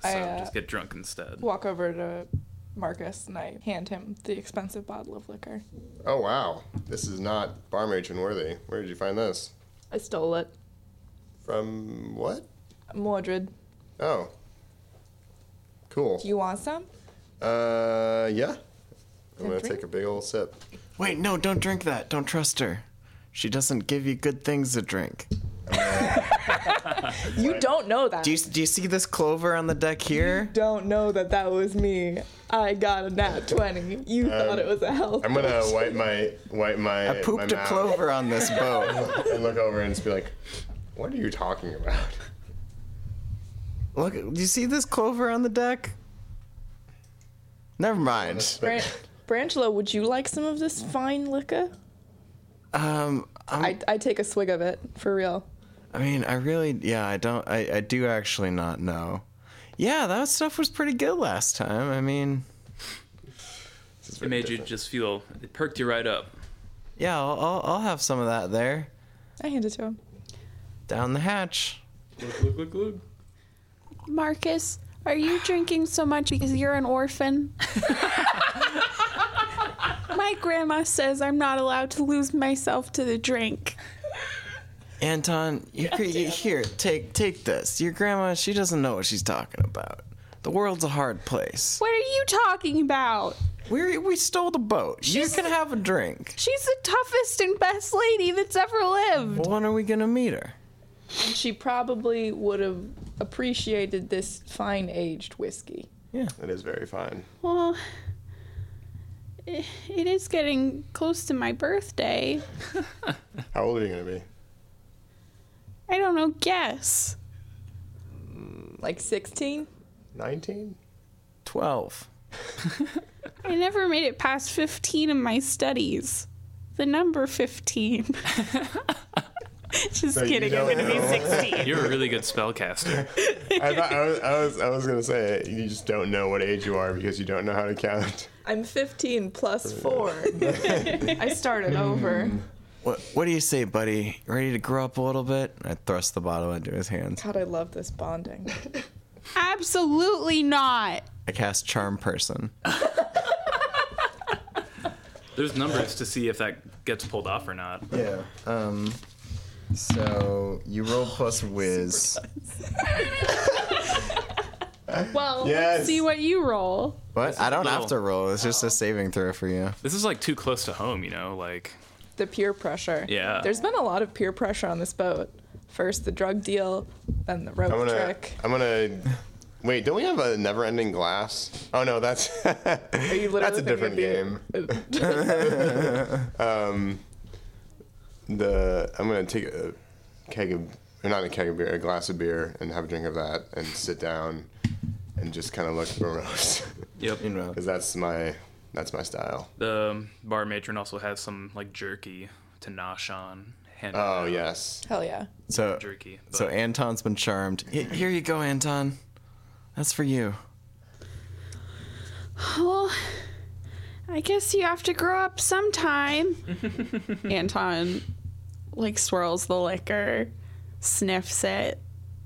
Speaker 2: so
Speaker 1: I, uh,
Speaker 2: just get drunk instead.
Speaker 1: Walk over to Marcus and I hand him the expensive bottle of liquor.
Speaker 3: Oh wow, this is not bar matron worthy. Where did you find this?
Speaker 1: I stole it.
Speaker 3: From what?
Speaker 1: Mordred,
Speaker 3: Oh. Cool.
Speaker 1: do you want some?
Speaker 3: Uh, yeah. I'm
Speaker 1: A
Speaker 3: gonna
Speaker 1: drink?
Speaker 3: take a big old sip.
Speaker 5: Wait, no, don't drink that. Don't trust her. She doesn't give you good things to drink.
Speaker 1: You don't know that.
Speaker 5: Do you, do you see this clover on the deck here?
Speaker 1: don't know that that was me. I got a nat 20. You thought it was a health.
Speaker 3: I'm gonna wipe my wipe my
Speaker 5: I pooped
Speaker 3: my
Speaker 5: a
Speaker 3: mouth Oh,
Speaker 5: clover on this boat.
Speaker 3: and look over and just be like, "What are you talking about?"
Speaker 5: Look, do you see this clover on the deck? Never mind.
Speaker 1: Bran- Branchelo, would you like some of this fine liquor?
Speaker 5: Um, I'm,
Speaker 1: I,
Speaker 5: I,
Speaker 1: I take a swig of it, for real.
Speaker 5: mean, I really, yeah, I don't, I, I do actually not know. Yeah, that stuff was pretty good last time. I mean,
Speaker 2: It made you just feel it perked you right up.
Speaker 5: yeah, I'll, I'll, I'll have some of that there
Speaker 1: I hand it to him.
Speaker 5: down the hatch.
Speaker 2: Look, look, look, look.
Speaker 4: Marcus, are you drinking so much because you're an orphan? my grandma says I'm not allowed to lose myself to the drink.
Speaker 5: Anton, you cre- you- here, take take this. Your grandma, she doesn't know what she's talking about. The world's a hard place.
Speaker 4: What are you talking about?
Speaker 5: We we stole the boat. you can have a drink.
Speaker 4: She's the toughest and best lady that's ever lived.
Speaker 5: When are we gonna meet her?
Speaker 1: She probably would have appreciated this fine aged whiskey.
Speaker 3: That is very fine.
Speaker 4: Well, i- it is getting close to my birthday.
Speaker 3: How old are you gonna be?
Speaker 4: I don't know, guess.
Speaker 1: Like 16?
Speaker 3: Nineteen?
Speaker 5: Twelve.
Speaker 4: I never made it past 15 in my studies. The number 15. Just
Speaker 3: you
Speaker 4: kidding, I'm
Speaker 3: don't
Speaker 4: going to be
Speaker 3: know.
Speaker 4: 16.
Speaker 2: You're a really good spellcaster.
Speaker 3: I thought I was, I was I was gonna say you just don't know what age you are because you don't know how to count.
Speaker 1: I'm 15 plus Mm. 4. I started over.
Speaker 5: What what do you say, buddy? Ready to grow up a little bit? I thrust the bottle into his hands.
Speaker 1: God, I love this bonding.
Speaker 4: Absolutely not.
Speaker 5: I cast charm person.
Speaker 2: There's numbers to see if that gets pulled off or not.
Speaker 5: Yeah. Um. So you roll plus whiz.
Speaker 4: Well,
Speaker 3: Yes.
Speaker 4: let's see what you roll.
Speaker 5: What? I don't have
Speaker 2: little.
Speaker 5: to roll. It's just a saving throw for you.
Speaker 2: This is like too close to home, you know. Like
Speaker 1: the peer pressure.
Speaker 2: Yeah.
Speaker 1: There's been a lot of peer pressure on this boat. First the drug deal, then the rope
Speaker 3: I'm gonna
Speaker 1: trick.
Speaker 3: I'm gonna wait. Don't we have a never-ending glass? Oh no, that's
Speaker 1: Are you literally
Speaker 3: that's a
Speaker 1: thinking
Speaker 3: different
Speaker 1: of being-
Speaker 3: game. um, the I'm gonna take a keg of or not a keg of beer, a glass of beer, and have a drink of that, and sit down, and just kind of look morose,
Speaker 2: Yep.
Speaker 5: You know.
Speaker 3: because that's my that's my style.
Speaker 2: The um, bar matron also has some like jerky to nosh on. hand
Speaker 3: Oh yes,
Speaker 1: Hell yeah.
Speaker 5: So
Speaker 2: jerky. But
Speaker 5: So Anton's been charmed. Y- Here you go, Anton. That's for you.
Speaker 4: Well, I guess you have to grow up sometime.
Speaker 6: Anton like swirls the liquor, sniffs it,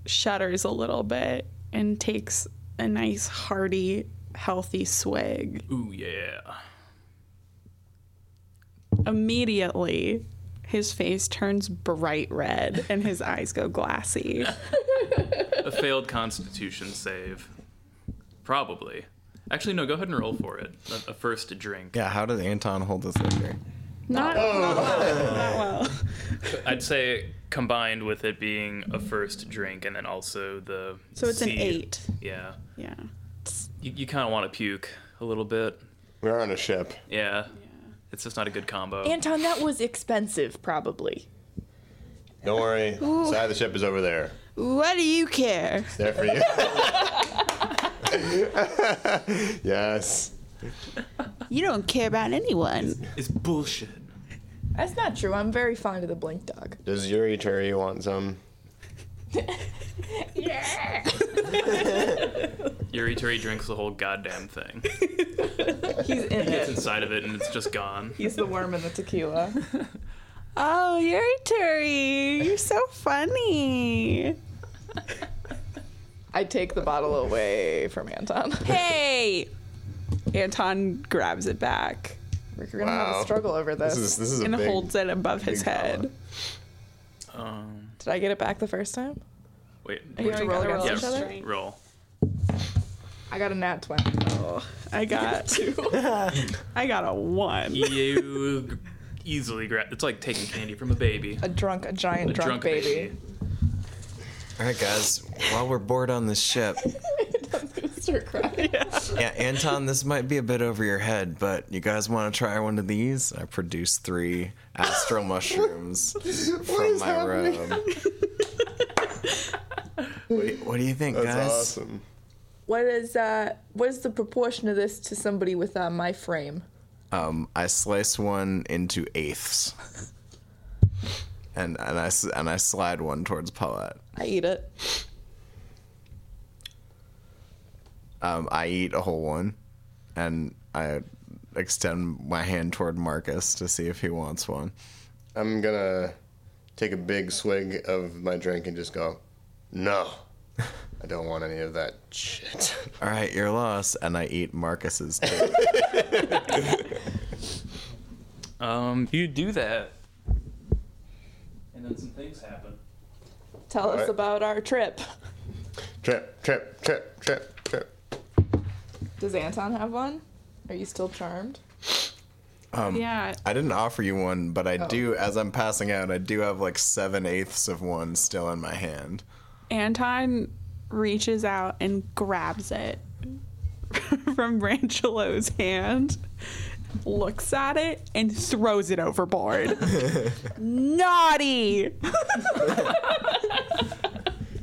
Speaker 6: shudders a little bit, and takes a nice hearty, healthy swig.
Speaker 2: ooh yeah.
Speaker 6: Immediately, his face turns bright red and his eyes go glassy.
Speaker 2: A failed Constitution save. Probably. Actually, no. Go ahead and roll for it. A, a first to drink.
Speaker 5: Yeah, how does Anton hold this liquor?
Speaker 6: Not, not well.
Speaker 2: I'd say combined with it being a first drink and then also the.
Speaker 6: So it's an
Speaker 2: seed.
Speaker 6: eight.
Speaker 2: Yeah.
Speaker 6: Yeah.
Speaker 2: You, you kind of want to puke a little bit.
Speaker 3: we are on a ship.
Speaker 2: Yeah. It's just not a good combo.
Speaker 1: Anton, that was expensive probably.
Speaker 3: Don't worry, side of the ship is over there.
Speaker 4: What do you care?
Speaker 3: It's there for you. yes.
Speaker 4: You don't care about anyone.
Speaker 2: it's bullshit.
Speaker 1: That's not true. I'm very fond of the blink dog.
Speaker 3: Does Yuri Turi want some?
Speaker 2: Yuri Turi drinks the whole goddamn thing.
Speaker 1: He's in it.
Speaker 2: It's inside of it and it's just gone.
Speaker 1: He's the worm in the tequila.
Speaker 4: Oh, Yuri Turi, you're so funny.
Speaker 1: I take the bottle away from Anton.
Speaker 6: Hey! Anton grabs it back
Speaker 1: We're gonna have
Speaker 3: Wow.
Speaker 1: a struggle over this.
Speaker 3: This is this is a
Speaker 6: and
Speaker 3: big.
Speaker 6: holds it above his
Speaker 3: big dollar.
Speaker 6: head.
Speaker 2: Um,
Speaker 1: Did I get it back the first time?
Speaker 2: wait.
Speaker 1: I get to roll
Speaker 6: gotta
Speaker 1: against
Speaker 6: roll
Speaker 1: each
Speaker 6: against
Speaker 1: other.
Speaker 6: each
Speaker 2: Roll.
Speaker 1: I got a nat twenty.
Speaker 6: I got I got a one.
Speaker 2: You g- easily grab. It's like taking candy from a baby.
Speaker 1: A drunk, a giant
Speaker 2: A
Speaker 1: drunk, baby.
Speaker 5: All right, guys. While we're bored on this ship,
Speaker 1: Start crying.
Speaker 5: yeah, Anton, this might be a bit over your head, but you guys want to try one of these? I produced three astral mushrooms from
Speaker 3: is
Speaker 5: my
Speaker 3: happening?
Speaker 5: robe. what, do, what do you think,
Speaker 3: That's
Speaker 5: guys?
Speaker 3: awesome.
Speaker 1: What is uh? What is the proportion of this to somebody with uh, my frame?
Speaker 5: Um, I slice one into eighths, and and I s- and I slide one towards Paulette.
Speaker 1: I eat it.
Speaker 5: Um, I eat a whole one, and I extend my hand toward Marcus to see if he wants one.
Speaker 3: I'm gonna take a big swig of my drink and just go, no, I don't want any of that shit.
Speaker 5: All right, you're lost, and I eat Marcus's. Too.
Speaker 2: Um, you do that, and then some things happen.
Speaker 1: Tell us
Speaker 3: Alright.
Speaker 1: about our trip.
Speaker 3: trip, trip, trip, trip, trip.
Speaker 1: Does Anton have one? Are you still charmed?
Speaker 3: Um,
Speaker 6: Yeah.
Speaker 5: I didn't offer you one, but I
Speaker 1: Oh.
Speaker 5: do. As I'm passing out, I do have like seven eighths of one still in my hand.
Speaker 6: Anton reaches out and grabs it from Brangelo's hand, looks at it, and throws it overboard. Naughty!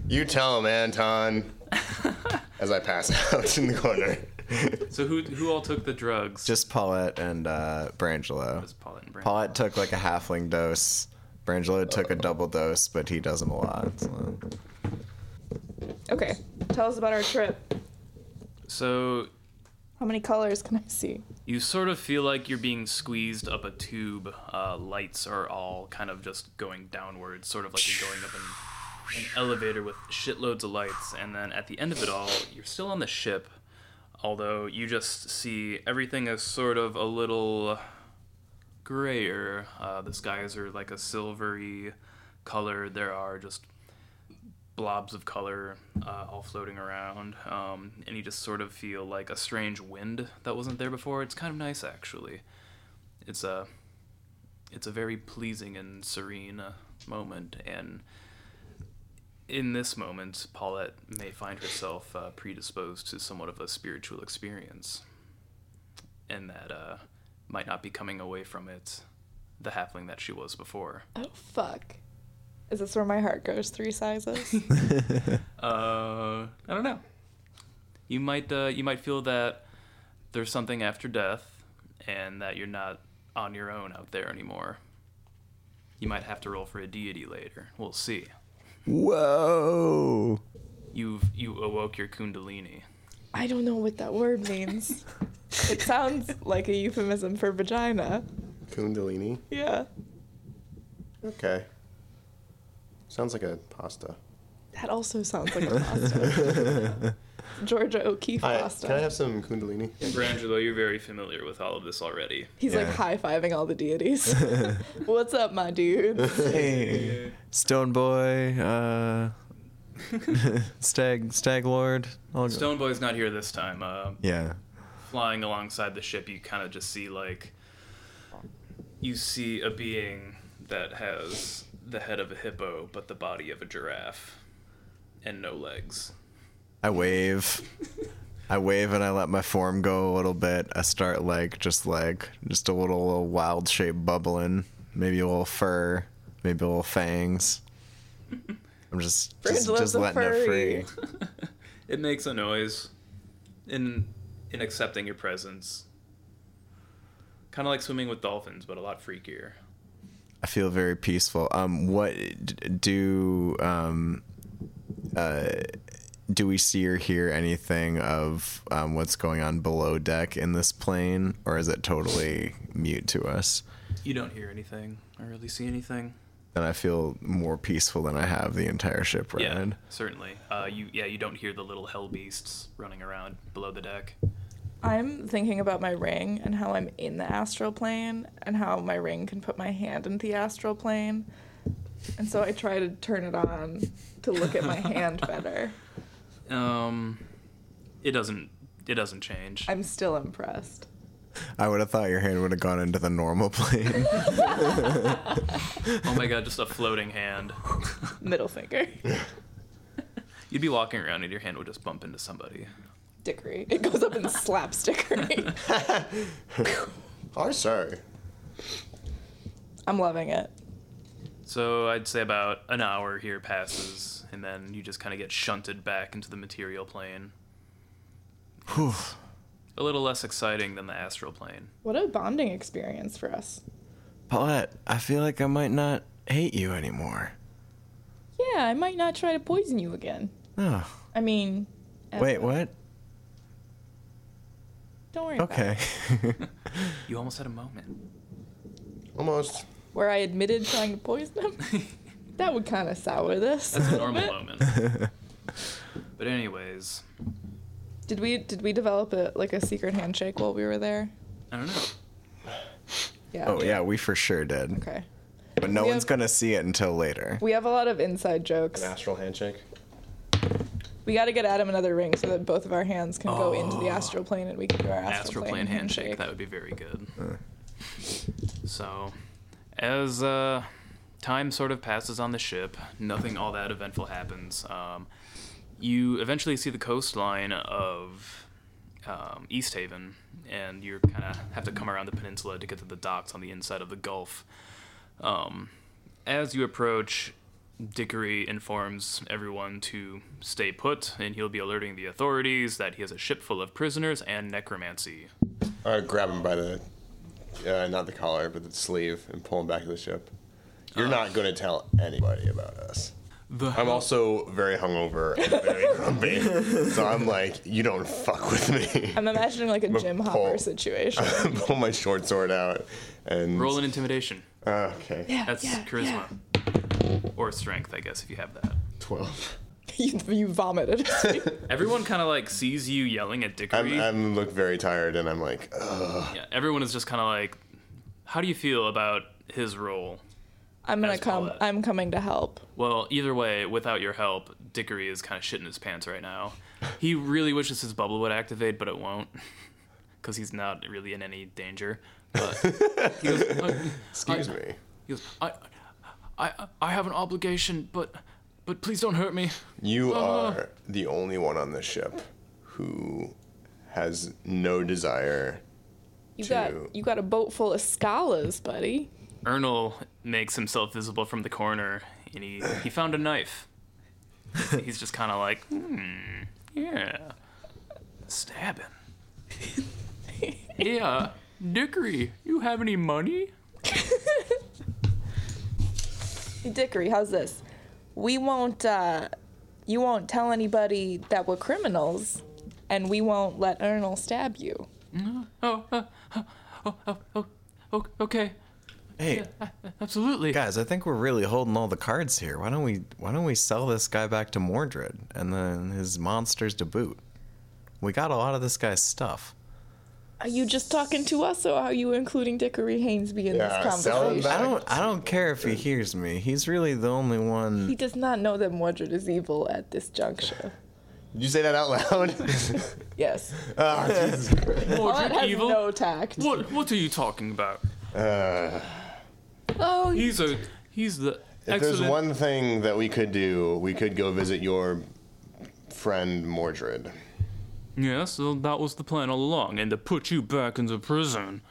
Speaker 3: You tell him, Anton. As I pass out in the corner.
Speaker 2: So who who all took the drugs?
Speaker 5: Just Paulette and uh, Brangelo.
Speaker 2: Just Paul and Brand.
Speaker 5: Paulette took like a halfling dose. Brangelo took a double dose, but he does them a lot. So.
Speaker 1: Okay. Tell us about our trip.
Speaker 2: So
Speaker 1: How many colors can I see?
Speaker 2: you sort of feel like you're being squeezed up a tube. Uh, lights are all kind of just going downwards, sort of like you're going up an, an elevator with shitloads of lights. And then at the end of it all, you're still on the ship, although you just see everything as sort of a little grayer. Uh, the skies are like a silvery color. There are just blobs of color uh, all floating around, um, and you just sort of feel like a strange wind that wasn't there before. It's kind of nice, actually. It's a, it's a very pleasing and serene uh, moment, and in this moment, Paulette may find herself uh, predisposed to somewhat of a spiritual experience, and that uh, might not be coming away from it the halfling that she was before.
Speaker 1: Oh fuck. Is this where my heart goes three sizes?
Speaker 2: Uh, I don't know. You might uh, you might feel that there's something after death, and that you're not on your own out there anymore. You might have to roll for a deity later. We'll see.
Speaker 5: Whoa!
Speaker 2: You've you awoke your kundalini.
Speaker 1: I don't know what that word means. it sounds like a euphemism for vagina.
Speaker 3: Kundalini?
Speaker 1: Yeah.
Speaker 3: Okay. Sounds like a pasta.
Speaker 1: That also sounds like a pasta. Georgia O'Keeffe
Speaker 3: Hi,
Speaker 1: pasta.
Speaker 3: Can I have some Kundalini?
Speaker 2: Angelo, you're very familiar with all of this already.
Speaker 1: He's like
Speaker 5: Yeah.
Speaker 1: high fiving all the deities. What's up, my dude?
Speaker 5: Hey, Stone Boy, uh, Stag Stag Lord. I'll go-
Speaker 2: Stone Boy's not here this time. Uh,
Speaker 5: Yeah.
Speaker 2: flying alongside the ship, you kind of just see like you see a being that has the head of a hippo but the body of a giraffe and no legs.
Speaker 5: I wave. I wave and I let my form go a little bit. I start like just like just a little, little wild shape bubbling, maybe a little fur, maybe a little fangs. I'm just just,
Speaker 1: Brand
Speaker 5: just
Speaker 1: loves a
Speaker 5: letting it
Speaker 1: furry.
Speaker 5: free.
Speaker 2: It makes a noise in in accepting your presence. Kind of like swimming with dolphins, but a lot freakier.
Speaker 5: I feel very peaceful. Um, what d- do um, uh, do we see or hear anything of um, what's going on below deck in this plane, or is it totally mute to us?
Speaker 2: You don't hear anything or really see anything.
Speaker 5: Then I feel more peaceful than I have the entire ship ride.
Speaker 2: Yeah, certainly. Uh, you yeah, you don't hear the little hell beasts running around below the deck.
Speaker 1: I'm thinking about my ring and how I'm in the astral plane and how my ring can put my hand into the astral plane. And so I try to turn it on to look at my hand better.
Speaker 2: Um, it doesn't it doesn't change.
Speaker 1: I'm still impressed.
Speaker 5: I would have thought your hand would have gone into the normal plane.
Speaker 2: Oh my god, just a floating hand.
Speaker 1: Middle finger.
Speaker 2: You'd be walking around and your hand would just bump into somebody.
Speaker 1: Dickory. It goes up and slaps Dickory.
Speaker 3: Oh, sorry.
Speaker 1: I'm loving it.
Speaker 2: So I'd say about an hour here passes, and then you just kind of get shunted back into the material plane.
Speaker 5: Whew.
Speaker 2: A little less exciting than the astral plane.
Speaker 1: What a bonding experience for us.
Speaker 5: Paulette, I feel like I might not hate you anymore.
Speaker 1: Yeah, I might not try to poison you again.
Speaker 5: No.
Speaker 1: I mean, as-
Speaker 5: Wait, what?
Speaker 1: Don't worry. About it.
Speaker 5: Okay.
Speaker 2: You almost had a moment.
Speaker 3: Almost.
Speaker 1: Where I admitted trying to poison him. that would kind of sour this. a
Speaker 2: It's a
Speaker 1: little
Speaker 2: normal
Speaker 1: bit.
Speaker 2: moment. But anyways,
Speaker 1: Did we did we develop a like a secret handshake while we were there?
Speaker 2: I don't know.
Speaker 1: Yeah.
Speaker 5: oh, yeah, we for sure did.
Speaker 1: Okay.
Speaker 5: But no
Speaker 1: We
Speaker 5: one's
Speaker 1: have-
Speaker 5: going to see it until later.
Speaker 1: We have a lot of inside jokes.
Speaker 3: An astral handshake.
Speaker 1: We got to get Adam another ring so that both of our hands can go into the astral plane and we can do our astral,
Speaker 2: astral plane handshake. Uh. That would be very good. So, as uh, time sort of passes on the ship, nothing all that eventful happens. Um, you eventually see the coastline of um, East Haven, and you kind of have to come around the peninsula to get to the docks on the inside of the Gulf. Um, as you approach, Dickory informs everyone to stay put, and he'll be alerting the authorities that he has a ship full of prisoners and necromancy.
Speaker 3: Uh, grab him by the, uh, not the collar, but the sleeve, and pull him back to the ship. You're not going to tell anybody about us. I'm also very hungover and very grumpy, so I'm like, you don't fuck with me.
Speaker 1: I'm imagining like a Jim Hopper
Speaker 3: Paul.
Speaker 1: situation.
Speaker 3: pull my short sword out and
Speaker 2: Roll an intimidation.
Speaker 3: Uh, okay.
Speaker 2: That's charisma. Or strength, I guess, if you have that.
Speaker 3: Twelve.
Speaker 1: you, you vomited.
Speaker 2: Everyone kind of like sees you yelling at Dickory.
Speaker 3: I'm, I'm look very tired, and I'm like, Ugh.
Speaker 2: Yeah, everyone is just kind of like, how do you feel about his role?
Speaker 1: I'm gonna
Speaker 2: As
Speaker 1: come.
Speaker 2: Paulette.
Speaker 1: I'm coming to help.
Speaker 2: Well, either way, without your help, Dickory is kind of shitting his pants right now. He really wishes his bubble would activate, but it won't, because he's not really in any danger. But he goes, "I-
Speaker 3: excuse
Speaker 2: I-
Speaker 3: me.
Speaker 2: He goes, I, I, I have an obligation, but, but please don't hurt me.
Speaker 3: You are the only one on the ship who has no desire.
Speaker 1: You
Speaker 3: To-
Speaker 1: got you got a boat full of scholars, buddy.
Speaker 2: Ernal makes himself visible from the corner, and he, he found a knife. He's just kind of like, hmm, yeah, stabbing. yeah, Dickory, you have any money?
Speaker 1: Hey, Dickory, how's this? We won't. uh You won't tell anybody that we're criminals, and we won't let Ernal stab you.
Speaker 2: Oh, uh, oh, oh, oh, oh, okay,
Speaker 5: Hey,
Speaker 2: absolutely.
Speaker 5: guys, I think we're really holding all the cards here. Why don't we why don't we sell this guy back to Mordred and then his monsters to boot? We got a lot of this guy's stuff.
Speaker 1: Are you just talking to us, or are you including Dickory Hainsby in
Speaker 3: Yeah,
Speaker 1: this
Speaker 3: sell him
Speaker 1: conversation?
Speaker 3: back.
Speaker 5: I don't I don't care if he hears me. He's really the only
Speaker 1: He
Speaker 5: one
Speaker 1: does not know that Mordred is evil at this juncture.
Speaker 3: Did you say that out loud?
Speaker 1: Yes.
Speaker 3: oh, Jesus Christ.
Speaker 1: Paulette
Speaker 2: Mordred
Speaker 1: has
Speaker 2: evil?
Speaker 1: no tact.
Speaker 2: What what are you talking about?
Speaker 3: Uh,
Speaker 1: Oh, you-
Speaker 2: He's a he's the
Speaker 3: if
Speaker 2: excellent.
Speaker 3: there's one thing that we could do, we could go visit your friend Mordred.
Speaker 2: Yes, well, that was the plan all along, and to put you back into prison.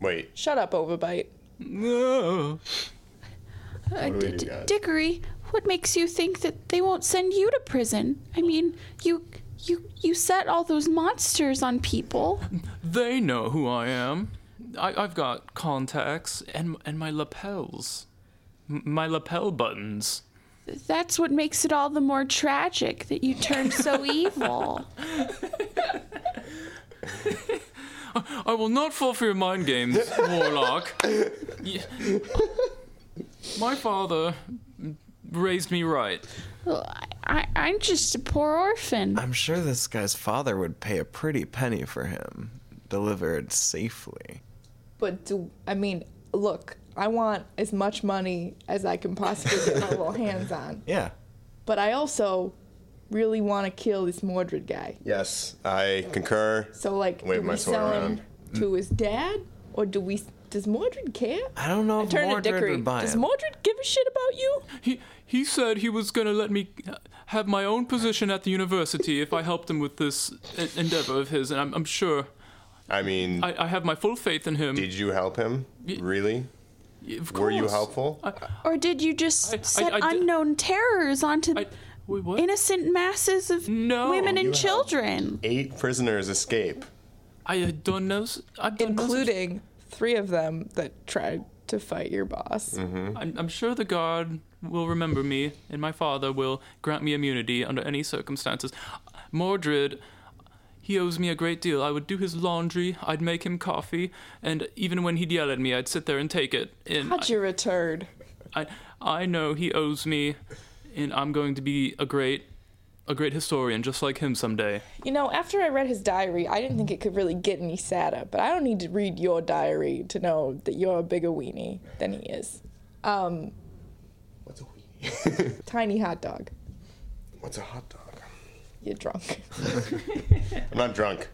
Speaker 3: Wait,
Speaker 1: shut up, Overbite.
Speaker 2: No.
Speaker 4: Uh,
Speaker 3: do we
Speaker 4: D-
Speaker 3: do,
Speaker 4: D-
Speaker 3: guys?
Speaker 4: Dickory, what makes you think that they won't send you to prison? I mean, you you you set all those monsters on people.
Speaker 2: They know who I am. I, I've got contacts and and my lapels, M- my lapel buttons.
Speaker 4: That's what makes it all the more tragic that you turned so evil.
Speaker 2: I will not fall for your mind games, Warlock. Ye- My father raised me right.
Speaker 4: Well, I, I, I'm just a poor orphan.
Speaker 5: I'm sure this guy's father would pay a pretty penny for him, delivered safely.
Speaker 1: But do I mean, look, I want as much money as I can possibly get my little hands on.
Speaker 5: Yeah.
Speaker 1: But I also really want to kill this Mordred guy.
Speaker 3: Yes, I concur.
Speaker 1: So like,
Speaker 3: Wave
Speaker 1: do
Speaker 3: my
Speaker 1: we
Speaker 3: sword
Speaker 1: sell
Speaker 3: around.
Speaker 1: him to his dad, or do we? Does Mordred care?
Speaker 5: Mm. I don't know if
Speaker 1: Turn to
Speaker 5: Mordred
Speaker 1: Dickory.
Speaker 5: would buy
Speaker 1: Does
Speaker 5: him.
Speaker 1: Mordred give a shit about you?
Speaker 2: He he said he was gonna let me have my own position at the university if I helped him with this e- endeavor of his, and I'm, I'm sure
Speaker 3: I mean,
Speaker 2: I, I have my full faith in him.
Speaker 3: did you help him? Really?
Speaker 2: Of
Speaker 3: Were you
Speaker 2: course.
Speaker 3: helpful?
Speaker 4: Or did you just
Speaker 2: I- I-
Speaker 4: set
Speaker 2: I d-
Speaker 4: unknown terrors onto
Speaker 2: I, wait, what?
Speaker 4: innocent masses of
Speaker 2: No.
Speaker 4: women and children?
Speaker 3: Eight prisoners escape.
Speaker 2: I uh, don't know. s- I don't know such-
Speaker 1: Including three of them that tried to fight your boss.
Speaker 3: Mm.
Speaker 2: I'm, I'm sure the God will remember me, and my father will grant me immunity under any circumstances. Mordred, he owes me a great deal. I would do his laundry, I'd make him coffee, and even when he'd yell at me, I'd sit there and take it. And
Speaker 1: God, you're a turd.
Speaker 2: I, I know he owes me, and I'm going to be a great, a great historian just like him someday.
Speaker 1: You know, after I read his diary, I didn't think it could really get any sadder, but I don't need to read your diary to know that you're a bigger weenie than he is. Um,
Speaker 3: What's a weenie?
Speaker 1: tiny hot dog.
Speaker 3: What's a hot dog?
Speaker 1: You're drunk.
Speaker 3: I'm not drunk.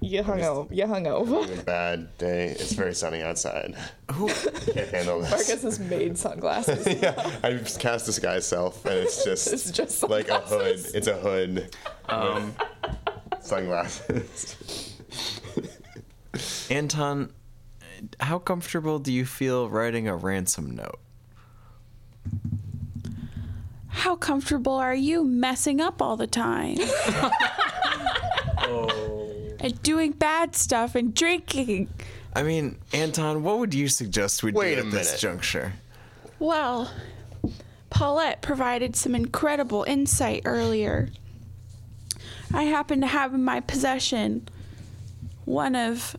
Speaker 1: You're hungover. You're hungover.
Speaker 3: It's a bad day. It's very sunny outside.
Speaker 5: Who-
Speaker 3: Can't handle this.
Speaker 1: Marcus has made sunglasses.
Speaker 3: yeah, I just cast this guy's self, and it's just
Speaker 1: It's just
Speaker 3: like a hood.
Speaker 1: sunglasses.
Speaker 3: It's a hood.
Speaker 2: Um,
Speaker 3: Sunglasses.
Speaker 5: Anton, how comfortable do you feel writing a ransom note?
Speaker 4: How comfortable are you messing up all the time? And doing bad stuff and drinking.
Speaker 5: I mean, Anton, what would you suggest we
Speaker 3: Wait
Speaker 5: do
Speaker 3: a
Speaker 5: at this
Speaker 3: minute.
Speaker 5: juncture?
Speaker 4: Well, Paulette provided some incredible insight earlier. I happen to have in my possession one of,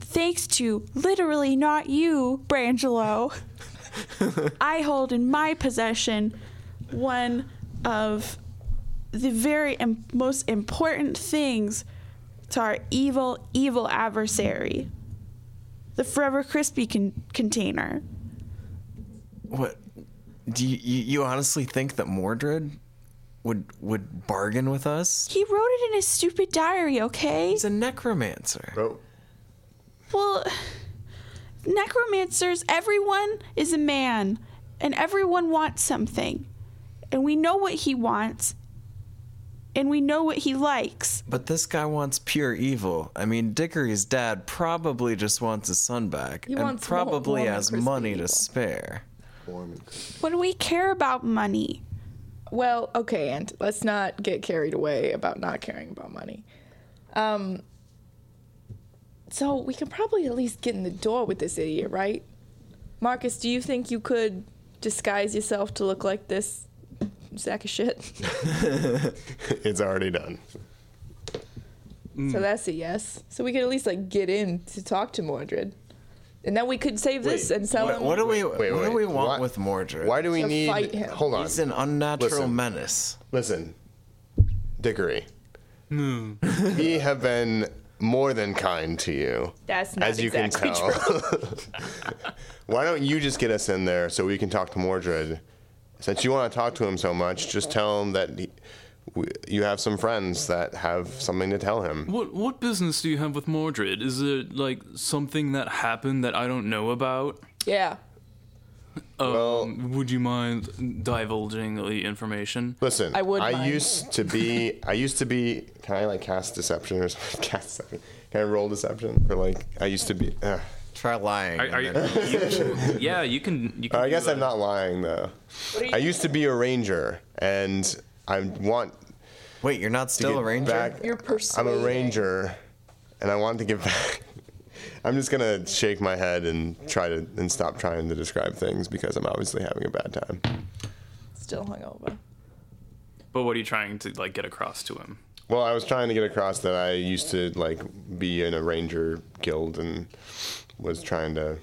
Speaker 4: thanks to literally not you, Brangelo, I hold in my possession one of the very im- most important things to our evil, evil adversary the Forever Crispy con- container.
Speaker 5: What do you, you, you honestly think that Mordred would would bargain with us?
Speaker 4: He wrote it in his stupid diary, okay?
Speaker 5: He's a necromancer.
Speaker 3: Oh,
Speaker 4: Well, necromancers, everyone is a man, and everyone wants something. And we know what he wants, and we know what he likes.
Speaker 5: But this guy wants pure evil. I mean, Dickory's dad probably just wants his son back
Speaker 1: He
Speaker 5: and
Speaker 1: wants more-
Speaker 5: probably
Speaker 1: more than
Speaker 5: has
Speaker 1: crispy
Speaker 5: money
Speaker 1: evil.
Speaker 5: to spare.
Speaker 3: warm and
Speaker 4: What do we care about money?
Speaker 1: Well, okay, and let's not get carried away about not caring about money. Um, so we can probably at least get in the door with this idiot, right? Marcus, do you think you could disguise yourself to look like this sack of shit?
Speaker 3: it's already done. Mm.
Speaker 1: So that's a yes. So we could at least like get in to talk to Mordred, and then we could save this
Speaker 3: Wait,
Speaker 1: and sell
Speaker 5: What,
Speaker 1: him.
Speaker 5: what do we
Speaker 3: wait,
Speaker 5: what do
Speaker 3: wait.
Speaker 5: we want
Speaker 3: Why-
Speaker 5: with Mordred?
Speaker 3: Why do we
Speaker 1: To
Speaker 3: need?
Speaker 1: fight him.
Speaker 3: Hold on.
Speaker 5: He's an unnatural
Speaker 3: Listen.
Speaker 5: menace.
Speaker 3: Listen, Dickory. we have been more than kind to you.
Speaker 1: That's not
Speaker 3: as you
Speaker 1: exactly
Speaker 3: can tell. Why don't you just get us in there so we can talk to Mordred? Since you want to talk to him so much, just tell him that he, we, you have some friends that have something to tell him.
Speaker 2: what what business do you have with Mordred? Is it like something that happened that I don't know about?
Speaker 1: yeah.
Speaker 3: well,
Speaker 2: Would you mind divulging the information?
Speaker 3: listen.
Speaker 1: I would
Speaker 3: I
Speaker 1: mind.
Speaker 3: used to be. I used to be. Can I like cast deception or something? Cast deception. Can I roll deception for like? I used to be. Uh,
Speaker 5: Try lying. and then-
Speaker 2: yeah, you can. You can
Speaker 3: I
Speaker 2: do
Speaker 3: guess
Speaker 2: that.
Speaker 3: I'm not lying though. I used to be a ranger, and I want
Speaker 5: Wait, you're not
Speaker 3: to
Speaker 5: still a
Speaker 3: get
Speaker 5: ranger?
Speaker 3: back-
Speaker 1: You're
Speaker 3: I'm a
Speaker 1: persuading.
Speaker 3: ranger, and I wanted to give back. I'm just gonna shake my head and try to and stop trying to describe things because I'm obviously having a bad time.
Speaker 1: Still hungover.
Speaker 2: But what are you trying to like get across to him?
Speaker 3: Well, I was trying to get across that I used to like be in a ranger guild and was trying to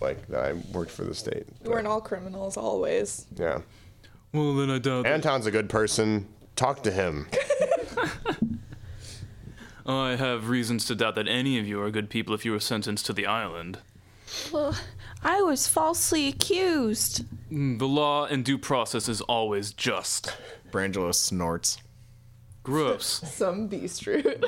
Speaker 3: like that I worked for the state.
Speaker 1: We weren't all criminals always.
Speaker 3: Yeah.
Speaker 2: Well, then I doubt.
Speaker 3: Anton's a good person. Talk to him.
Speaker 2: I have reasons to doubt that any of you are good people if you were sentenced to the island.
Speaker 4: Well, I was falsely accused.
Speaker 2: The law and due process is always just.
Speaker 5: Brangelo snorts.
Speaker 2: Gross.
Speaker 1: Some beast root.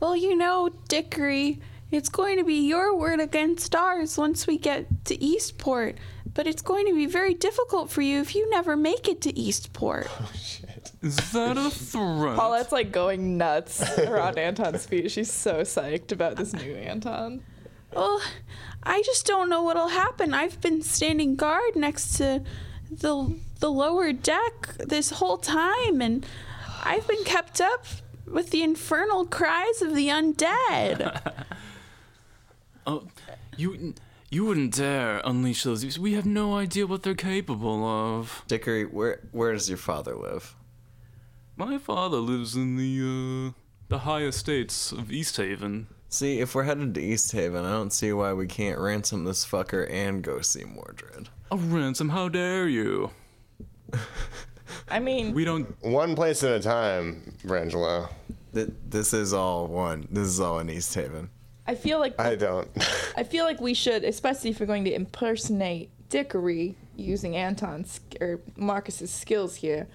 Speaker 4: Well, you know, Dickory, it's going to be your word against ours once we get to Eastport, but it's going to be very difficult for you if you never make it to Eastport.
Speaker 2: Is that a threat?
Speaker 1: Paulette's like going nuts around Anton's feet. She's so psyched about this new Anton.
Speaker 4: Well, I just don't know what'll happen. I've been standing guard next to the the lower deck this whole time and I've been kept up with the infernal cries of the undead.
Speaker 2: Oh, you, you wouldn't dare unleash those. beasts. We have no idea what they're capable of.
Speaker 5: Dickory, where where does your father live?
Speaker 2: My father lives in the uh, the high estates of East Haven.
Speaker 5: See, if we're headed to East Haven, I don't see why we can't ransom this fucker and go see Mordred.
Speaker 2: A ransom? How dare you?
Speaker 1: I mean,
Speaker 2: We don't.
Speaker 3: One place at a time, Brangelo.
Speaker 5: Th- this is all one. This is all in East Haven.
Speaker 1: I feel like
Speaker 3: I don't.
Speaker 1: I feel like we should, especially if we're going to impersonate Dickory using Anton's or Marcus's skills here.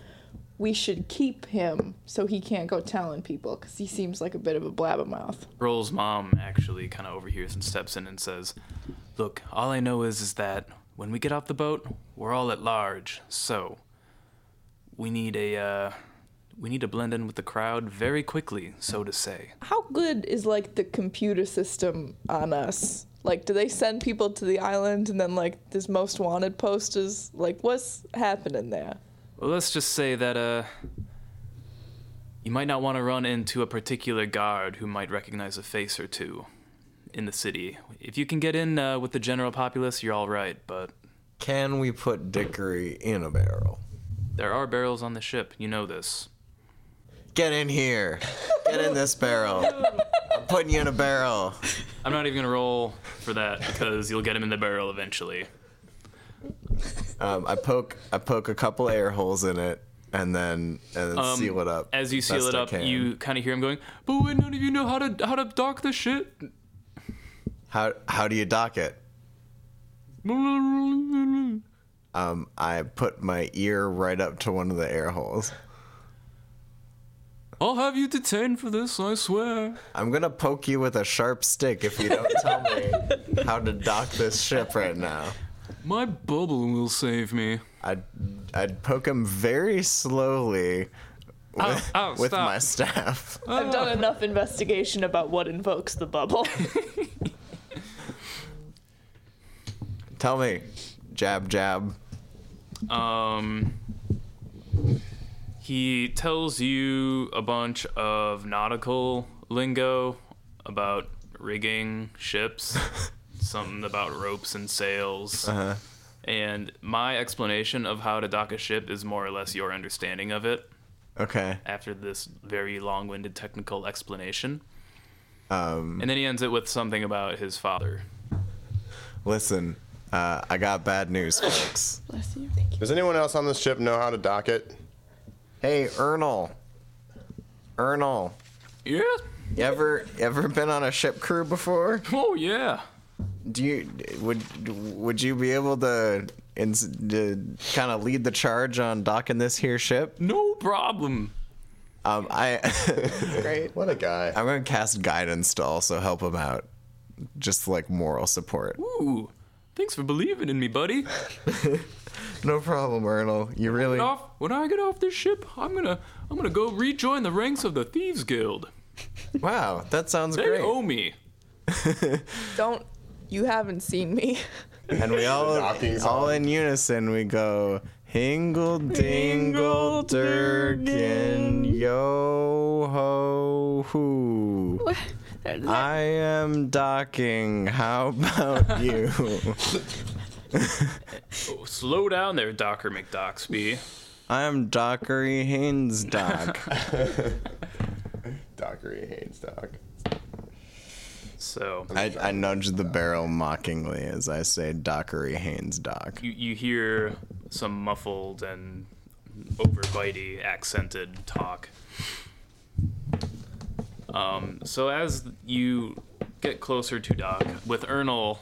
Speaker 1: We should keep him so he can't go telling people because he seems like a bit of a blabbermouth.
Speaker 2: Roll's mom actually kind of overhears and steps in and says, "Look, all I know is is that when we get off the boat, we're all at large. So we need a uh, we need to blend in with the crowd very quickly, so to say."
Speaker 1: How good is like the computer system on us? Like, do they send people to the island and then like this most wanted posters? Like, what's happening there?
Speaker 2: Well, let's just say that uh, you might not want to run into a particular guard who might recognize a face or two in the city. If you can get in uh, with the general populace, you're all right. But
Speaker 5: Can we put Dickory in a barrel?
Speaker 2: there are barrels on the ship. You know this.
Speaker 5: Get in here. Get in this barrel. I'm putting you in a barrel.
Speaker 2: I'm not even gonna roll for that because you'll get him in the barrel eventually.
Speaker 5: Um, I poke I poke a couple air holes in it and then and then
Speaker 2: Um,
Speaker 5: seal it up.
Speaker 2: As you seal
Speaker 5: best
Speaker 2: it
Speaker 5: I
Speaker 2: up,
Speaker 5: can.
Speaker 2: you kind of hear him going, "But wait, none of you know how to how to dock the shit."
Speaker 5: how how do you dock it?
Speaker 2: Well,
Speaker 5: Um, I put my ear right up to one of the air holes.
Speaker 2: I'll have you detained for this, I swear.
Speaker 5: I'm gonna poke you with a sharp stick if you don't tell me how to dock this ship right now.
Speaker 2: My bubble will save me.
Speaker 5: I'd I'd poke him very slowly
Speaker 2: Oh,
Speaker 5: with,
Speaker 2: oh,
Speaker 5: with
Speaker 2: stop. Uh.
Speaker 5: my staff.
Speaker 1: I've done enough investigation about what invokes the bubble.
Speaker 5: Tell me, jab jab.
Speaker 2: Um, he tells you a bunch of nautical lingo about rigging ships, something about ropes and sails. And my explanation of how to dock a ship is more or less your understanding of it
Speaker 5: Okay.
Speaker 2: after this very long winded technical explanation. Um, and then he ends it with something about his father.
Speaker 5: Listen, uh, I got bad news, folks.
Speaker 6: Bless you.
Speaker 3: Does anyone else on this ship know how to dock it?
Speaker 5: hey, Ernal. Ernal,
Speaker 2: Yeah?
Speaker 5: you ever ever been on a ship crew before?
Speaker 2: Oh, yeah.
Speaker 5: Do you would would you be able to, ins- to kind of lead the charge on docking this here ship?
Speaker 2: No problem.
Speaker 5: Um, I
Speaker 1: Great.
Speaker 3: What a guy.
Speaker 5: I'm gonna cast guidance to also help him out, just like moral support.
Speaker 2: Ooh, thanks for believing in me, buddy.
Speaker 5: No problem, Ernal. You really
Speaker 2: off when I get off this ship, I'm gonna I'm gonna go rejoin the ranks of the Thieves Guild.
Speaker 5: wow. That sounds
Speaker 2: They
Speaker 5: great.
Speaker 2: owe me.
Speaker 1: Don't. You haven't seen me.
Speaker 5: And we all
Speaker 3: Docking
Speaker 5: all
Speaker 3: song.
Speaker 5: in unison we go. Hingle dingle durkin yo ho hoo. I am docking. How about you?
Speaker 2: Oh, slow down there, Docker McDoxby.
Speaker 5: I'm Dockery Haynes Doc.
Speaker 3: Dockery hates Doc.
Speaker 2: So
Speaker 5: I, I nudge the barrel mockingly as I say Dockery Haynes Doc.
Speaker 2: you, you hear some muffled and overbitey accented talk. Um, so as you get closer to Doc with Ernal,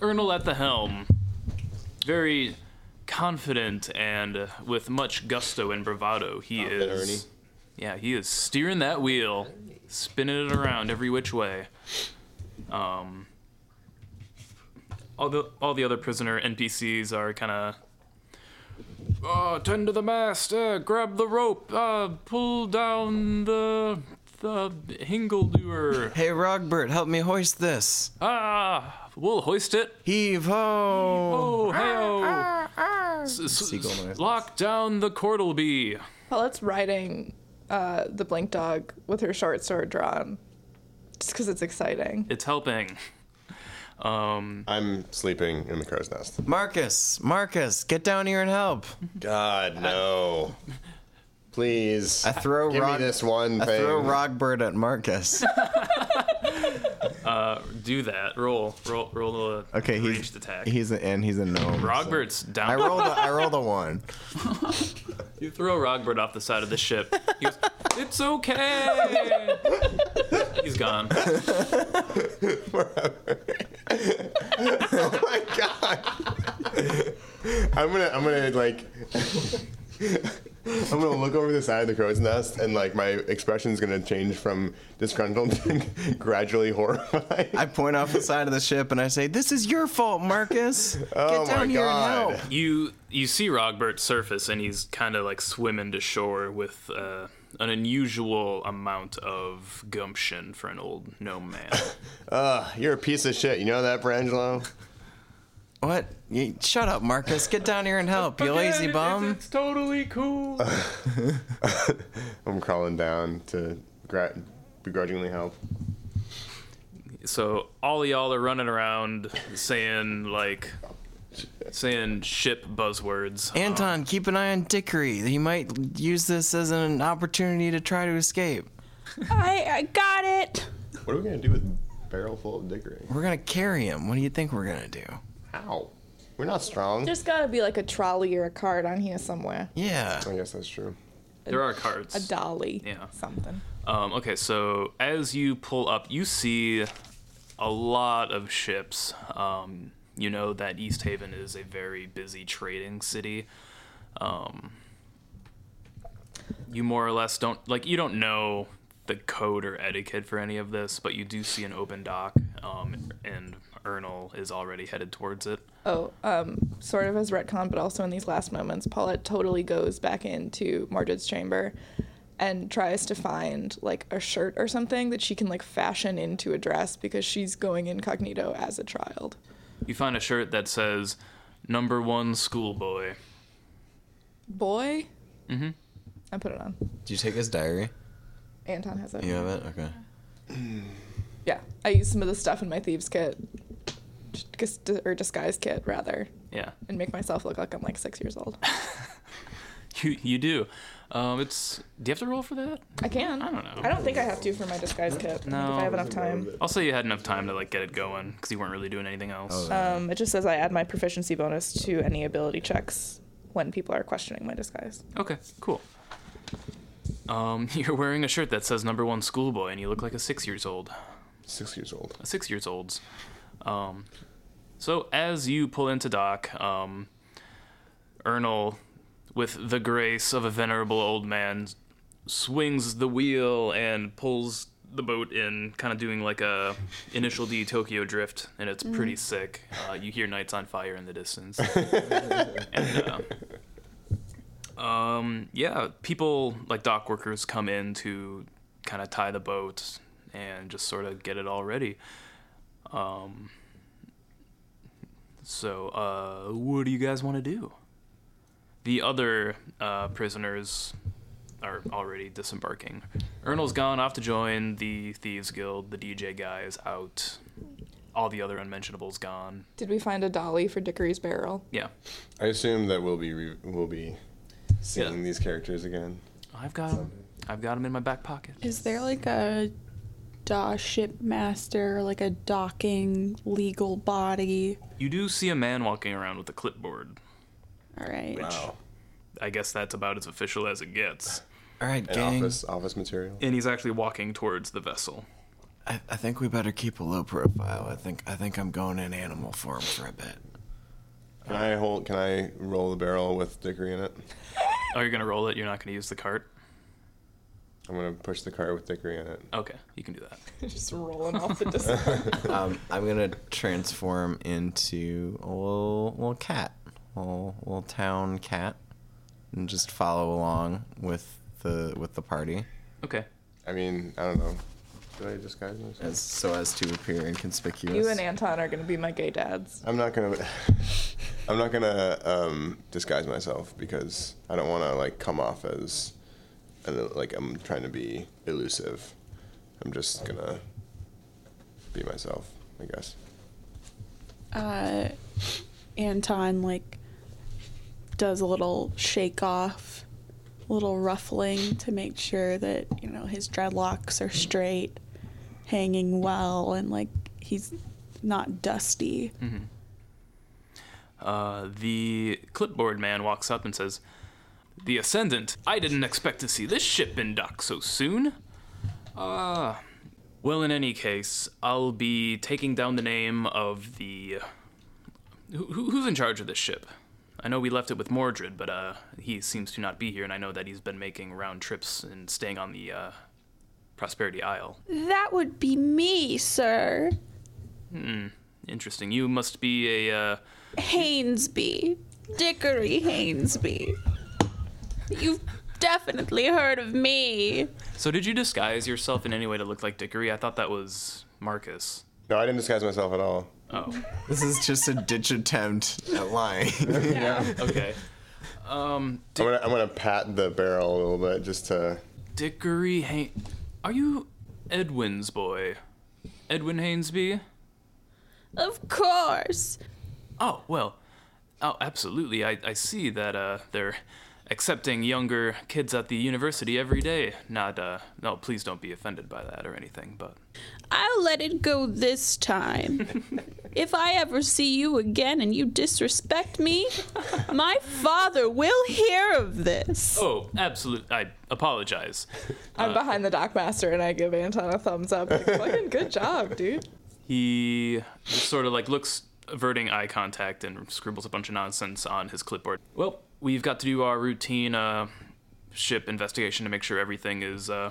Speaker 2: Ernal at the helm, very confident and with much gusto and bravado, he
Speaker 3: Confident
Speaker 2: is.
Speaker 3: Ernie.
Speaker 2: Yeah, he is steering that wheel, spinning it around every which way. Um, all the all the other prisoner NPCs are kind of. Uh, tend to the mast. Uh, grab the rope. Uh, pull down the the hingledoer.
Speaker 5: Hey Rogbert, help me hoist this.
Speaker 2: Ah, we'll hoist it.
Speaker 5: Heave ho!
Speaker 2: Oh, hey ah.
Speaker 5: Seagull noise.
Speaker 2: Lock down the cordleby.
Speaker 1: Paulette's riding uh, the blink dog with her short sword drawn, just because it's exciting.
Speaker 2: It's helping. Um,
Speaker 3: I'm sleeping in the crow's nest.
Speaker 5: Marcus, Marcus, get down here and help.
Speaker 3: God no. Please.
Speaker 5: I throw
Speaker 3: Give
Speaker 5: Rog-
Speaker 3: me this one
Speaker 5: I
Speaker 3: thing.
Speaker 5: throw Rogbert at Marcus.
Speaker 2: do that. Roll, roll, roll a
Speaker 5: Okay, he's
Speaker 2: ranged attack.
Speaker 5: he's a, and he's a gnome. so-
Speaker 2: Rogbert's down.
Speaker 5: I rolled a, I rolled a one.
Speaker 2: You throw Rogbert off the side of the ship. He goes, it's okay. He's gone.
Speaker 3: oh my god. I'm gonna I'm gonna like I'm gonna look over the side of the crow's nest and like my expression's gonna change from disgruntled to gradually horrified.
Speaker 5: I point off the side of the ship and I say, "This is your fault, Marcus.
Speaker 3: oh
Speaker 5: get down
Speaker 3: my
Speaker 5: here
Speaker 3: god.
Speaker 5: and help."
Speaker 2: You you see Rogbert surface and he's kind of like swimming to shore with uh, an unusual amount of gumption for an old gnome man.
Speaker 3: Ugh, you're a piece of shit. You know that, Brangelo?
Speaker 5: What? You, shut up, Marcus. Get down here and help. You lazy bum.
Speaker 2: It's totally cool.
Speaker 3: I'm crawling down to gra- begrudgingly help.
Speaker 2: so all y'all are running around saying like saying ship buzzwords.
Speaker 5: Anton, keep an eye on Dickory. He might use this as an opportunity to try to escape.
Speaker 4: I, I got it.
Speaker 3: What are we gonna do with barrel full of dickery?
Speaker 5: We're gonna carry him. What do you think we're gonna do?
Speaker 3: Ow. We're not strong.
Speaker 1: There's got to be like a trolley or a cart on here somewhere,
Speaker 5: Yeah.
Speaker 3: I guess that's true.
Speaker 2: there are cards.
Speaker 1: a dolly,
Speaker 2: Yeah.
Speaker 1: something.
Speaker 2: Um, okay, so as you pull up, you see a lot of ships. Um, you know that East Haven is a very busy trading city. Um, you more or less don't like you don't know the code or etiquette for any of this, but you do see an open dock, um, and Ernal is already headed towards it.
Speaker 1: Oh, um, sort of as retcon, but also in these last moments, Paulette totally goes back into Mordred's chamber and tries to find like a shirt or something that she can like fashion into a dress because she's going incognito as a child.
Speaker 2: You find a shirt that says "Number One Schoolboy."
Speaker 1: Boy? Mm-hmm. I put it on.
Speaker 5: Do you take his diary?
Speaker 1: Anton has it.
Speaker 5: You have it. Okay.
Speaker 1: Yeah, I used some of the stuff in my thieves kit, dis- or disguise kit rather,
Speaker 2: Yeah.
Speaker 1: and make myself look like I'm like six years old.
Speaker 2: You you do. Um, it's do you have to roll for that?
Speaker 1: I can.
Speaker 2: I don't know.
Speaker 1: I don't think I have to for my disguise kit. I think
Speaker 2: No.
Speaker 1: if I have enough time.
Speaker 2: I'll say you had enough time to like get it going because you weren't really doing anything else.
Speaker 1: Um, it just says I add my proficiency bonus to any ability checks when people are questioning my disguise.
Speaker 2: okay, cool. Um, you're wearing a shirt that says number one schoolboy, and you look like a six years old.
Speaker 3: Six years old.
Speaker 2: A six years olds. Um, so as you pull into dock, um, Ernal, with the grace of a venerable old man, swings the wheel and pulls the boat in, kind of doing like a initial D Tokyo drift, and it's pretty sick. Uh, you hear Nights on Fire in the distance. and, uh, um, yeah, people like dock workers come in to kind of tie the boat and just sort of get it all ready. Um, so, uh, what do you guys want to do? The other uh, prisoners are already disembarking. Ernal's gone off to join the Thieves Guild. The DJ guy is out. All the other unmentionables gone.
Speaker 1: Did we find a dolly for Dickory's barrel?
Speaker 2: Yeah.
Speaker 3: I assume that we'll be re- we'll be seeing
Speaker 2: Yeah.
Speaker 3: these characters again.
Speaker 2: I've got him. I've got him in my back pocket.
Speaker 6: Is there like a da shipmaster, like a docking legal body?
Speaker 2: You do see a man walking around with a clipboard.
Speaker 6: All right.
Speaker 3: Wow.
Speaker 2: I guess that's about as official as it gets.
Speaker 5: All right,
Speaker 3: And
Speaker 5: gang.
Speaker 3: office office material.
Speaker 2: And he's actually walking towards the vessel.
Speaker 5: I, I think we better keep a low profile. I think I think I'm going in animal form for a bit.
Speaker 3: Can I hold? Can I roll the barrel with Dickory in it?
Speaker 2: Are you gonna roll it? You're not gonna use the cart.
Speaker 3: I'm gonna push the cart with Dickory in it.
Speaker 2: Okay, you can do that.
Speaker 1: Just rolling off the distance.
Speaker 5: Um, I'm gonna transform into a little, little cat, little, little town cat, and just follow along with the with the party
Speaker 2: Okay.
Speaker 3: I mean, I don't know. Should I disguise myself?
Speaker 5: as so as to appear inconspicuous.
Speaker 1: you and Anton are gonna be my gay dads.
Speaker 3: I'm not gonna. I'm not gonna um, disguise myself because I don't want to like come off as, uh, like I'm trying to be elusive. I'm just gonna be myself, I guess.
Speaker 6: Uh, Anton like does a little shake off, little ruffling to make sure that you know his dreadlocks are straight, hanging well, and like he's not dusty.
Speaker 2: Uh, the clipboard man walks up and says, "The Ascendant. I didn't expect to see this ship in dock so soon." Ah. well, in any case, I'll be taking down the name of the. Who, who- who's in charge of this ship? I know we left it with Mordred, but uh, he seems to not be here, and I know that he's been making round trips and staying on the uh, Prosperity Isle.
Speaker 4: That would be me, sir.
Speaker 2: Interesting. You must be a. Uh,
Speaker 4: Hainsby. Dickory Hainsby. You've definitely heard of me.
Speaker 2: So did you disguise yourself in any way to look like Dickory? I thought that was Marcus.
Speaker 3: No, I didn't disguise myself at all.
Speaker 2: Oh,
Speaker 5: This is just a ditch attempt at lying.
Speaker 2: okay. Um,
Speaker 3: I'm
Speaker 2: Dick-
Speaker 3: gonna, I'm gonna pat the barrel a little bit just to.
Speaker 2: Dickory Hay- Are you Edwin's boy? Edwin Hainsby?
Speaker 4: Of course.
Speaker 2: Oh, well. Oh, absolutely. I, I see that uh, they're accepting younger kids at the university every day. Not, uh, no, please don't be offended by that or anything, but.
Speaker 4: I'll let it go this time. if I ever see you again and you disrespect me, my father will hear of this.
Speaker 2: Oh, absolutely. I apologize. Uh,
Speaker 1: I'm behind the dockmaster and I give Anton a thumbs up. Like, fucking good job, dude.
Speaker 2: He just sort of like looks averting eye contact and scribbles a bunch of nonsense on his clipboard. Well, we've got to do our routine uh, ship investigation to make sure everything is uh,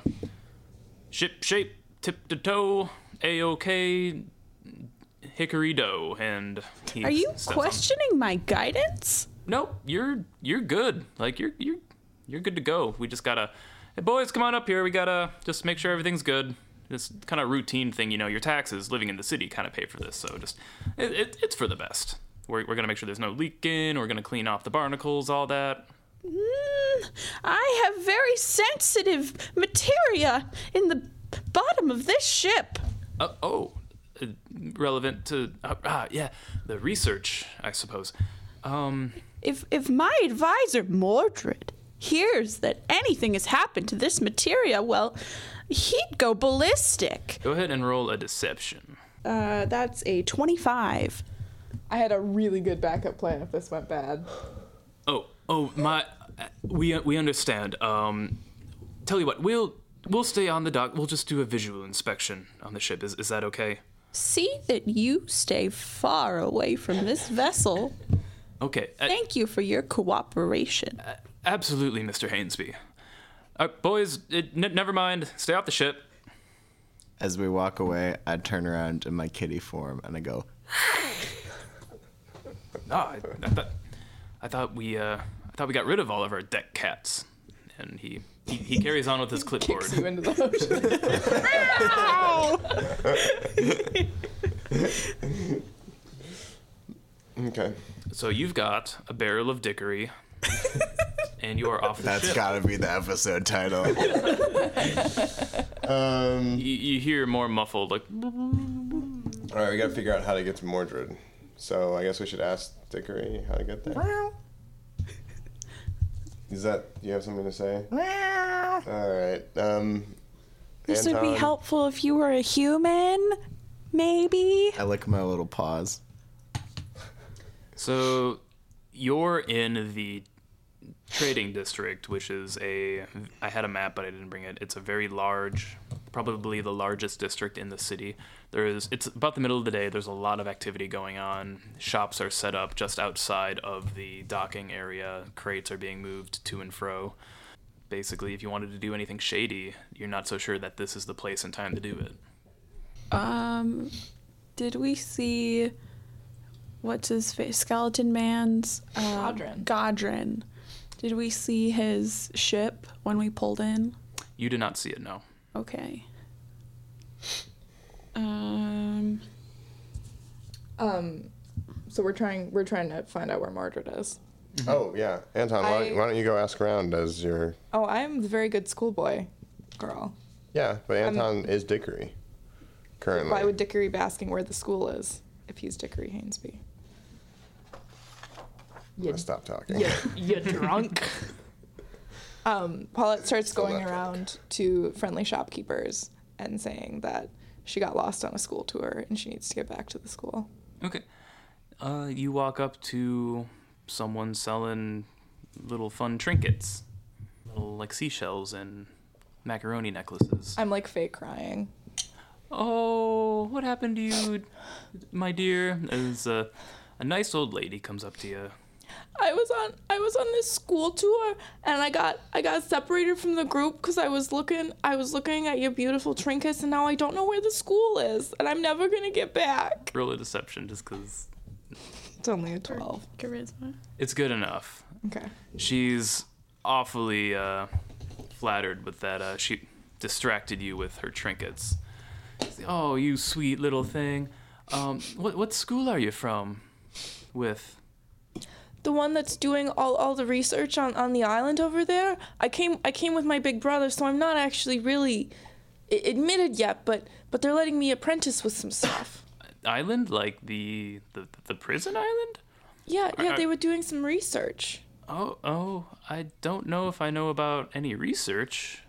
Speaker 2: ship shape, tip to toe, a okay, hickory dough. And he
Speaker 4: Are you
Speaker 2: steps on-
Speaker 4: questioning my guidance?
Speaker 2: Nope, you're you're good. Like you're you're you're good to go. We just gotta, hey boys, come on up here. We gotta just make sure everything's good. This kind of routine thing, you know, your taxes, living in the city, kind of pay for this. So just, it, it, it's for the best. We're, we're gonna make sure there's no leaking. We're gonna clean off the barnacles, all that.
Speaker 4: Mm, I have very sensitive materia in the bottom of this ship.
Speaker 2: Uh, oh, uh, relevant to uh, ah yeah, the research, I suppose. Um,
Speaker 4: If if my advisor Mordred hears that anything has happened to this materia, well, he'd go ballistic.
Speaker 2: go ahead and roll a deception.
Speaker 6: Uh, that's a twenty-five.
Speaker 1: I had a really good backup plan if this went bad.
Speaker 2: Oh, oh my, we we understand. Um, tell you what, we'll we'll stay on the dock. We'll just do a visual inspection on the ship. Is is that okay?
Speaker 4: See that you stay far away from this vessel.
Speaker 2: Okay. a-
Speaker 4: Thank you for your cooperation.
Speaker 2: absolutely, Mr. Hainsby. Uh, boys, it, n- never mind. Stay off the ship.
Speaker 5: As we walk away, I turn around in my kitty form and I go,
Speaker 2: Ah, I, I thought I thought we uh, I thought we got rid of all of our deck cats. And he he, he carries on with his clipboard.
Speaker 1: Kicks you into the ocean.
Speaker 3: Okay.
Speaker 2: So you've got a barrel of dickery, and you are off the
Speaker 5: That's
Speaker 2: ship.
Speaker 5: gotta be the episode title.
Speaker 3: Um,
Speaker 2: you, you hear more muffled, like
Speaker 3: all right, we gotta figure out how to get to Mordred. So I guess we should ask Dickory how to get there.
Speaker 1: Wow.
Speaker 3: Is that you have something to say?
Speaker 1: Wow.
Speaker 3: All right. Um,
Speaker 4: This would be
Speaker 3: Anton.
Speaker 4: helpful if you were a human, maybe.
Speaker 5: I lick my little paws.
Speaker 2: So you're in the trading district, which is a. I had a map, but I didn't bring it. It's a very large, probably the largest district in the city. There is. It's about the middle of the day. There's a lot of activity going on. Shops are set up just outside of the docking area. Crates are being moved to and fro. Basically, if you wanted to do anything shady, you're not so sure that this is the place and time to do it.
Speaker 6: Um, did we see what's his face? Skeleton Man's uh,
Speaker 1: Godrin.
Speaker 6: Godrin. Did we see his ship when we pulled in?
Speaker 2: You did not see it, no.
Speaker 6: Okay. Um,
Speaker 1: Um, so we're trying we're trying to find out where Mordred is.
Speaker 3: Oh yeah, Anton, why, don't-
Speaker 1: I-
Speaker 3: why don't you go ask around as your
Speaker 1: Oh, I'm the very good schoolboy girl.
Speaker 3: yeah? But Anton is Dickory currently.
Speaker 1: Why would Dickory be asking where the school is if he's Dickory Hainsby?
Speaker 3: I stop talking?
Speaker 1: Yeah, you drunk. Um, Paulette starts
Speaker 3: Still
Speaker 1: going
Speaker 3: not drunk.
Speaker 1: around to friendly shopkeepers and saying that she got lost on a school tour and she needs to get back to the school.
Speaker 2: Okay. Uh, you walk up to someone selling little fun trinkets, little like seashells and macaroni necklaces.
Speaker 1: I'm like fake crying.
Speaker 2: Oh, what happened to you, my dear? As a, a nice old lady comes up to you.
Speaker 1: I was on I was on this school tour and I got I got separated from the group because I was looking I was looking at your beautiful trinkets and now I don't know where the school is and I'm never gonna get back.
Speaker 2: Roll a deception just 'cause
Speaker 1: It's only a twelve.
Speaker 6: charisma.
Speaker 2: it's good enough.
Speaker 1: Okay.
Speaker 2: She's awfully uh, flattered with that. Uh, she distracted you with her trinkets. She's like, Oh, you sweet little thing. Um, what, what school are you from? With.
Speaker 1: The one that's doing all, all the research on, on the island over there. I came I came with my big brother, so I'm not actually really i- admitted yet, but but they're letting me apprentice with some stuff.
Speaker 2: Island? Like the, the, the prison island?
Speaker 1: Yeah, yeah,
Speaker 2: I-
Speaker 1: they were doing some research.
Speaker 2: Oh, oh, I don't know if I know about any research.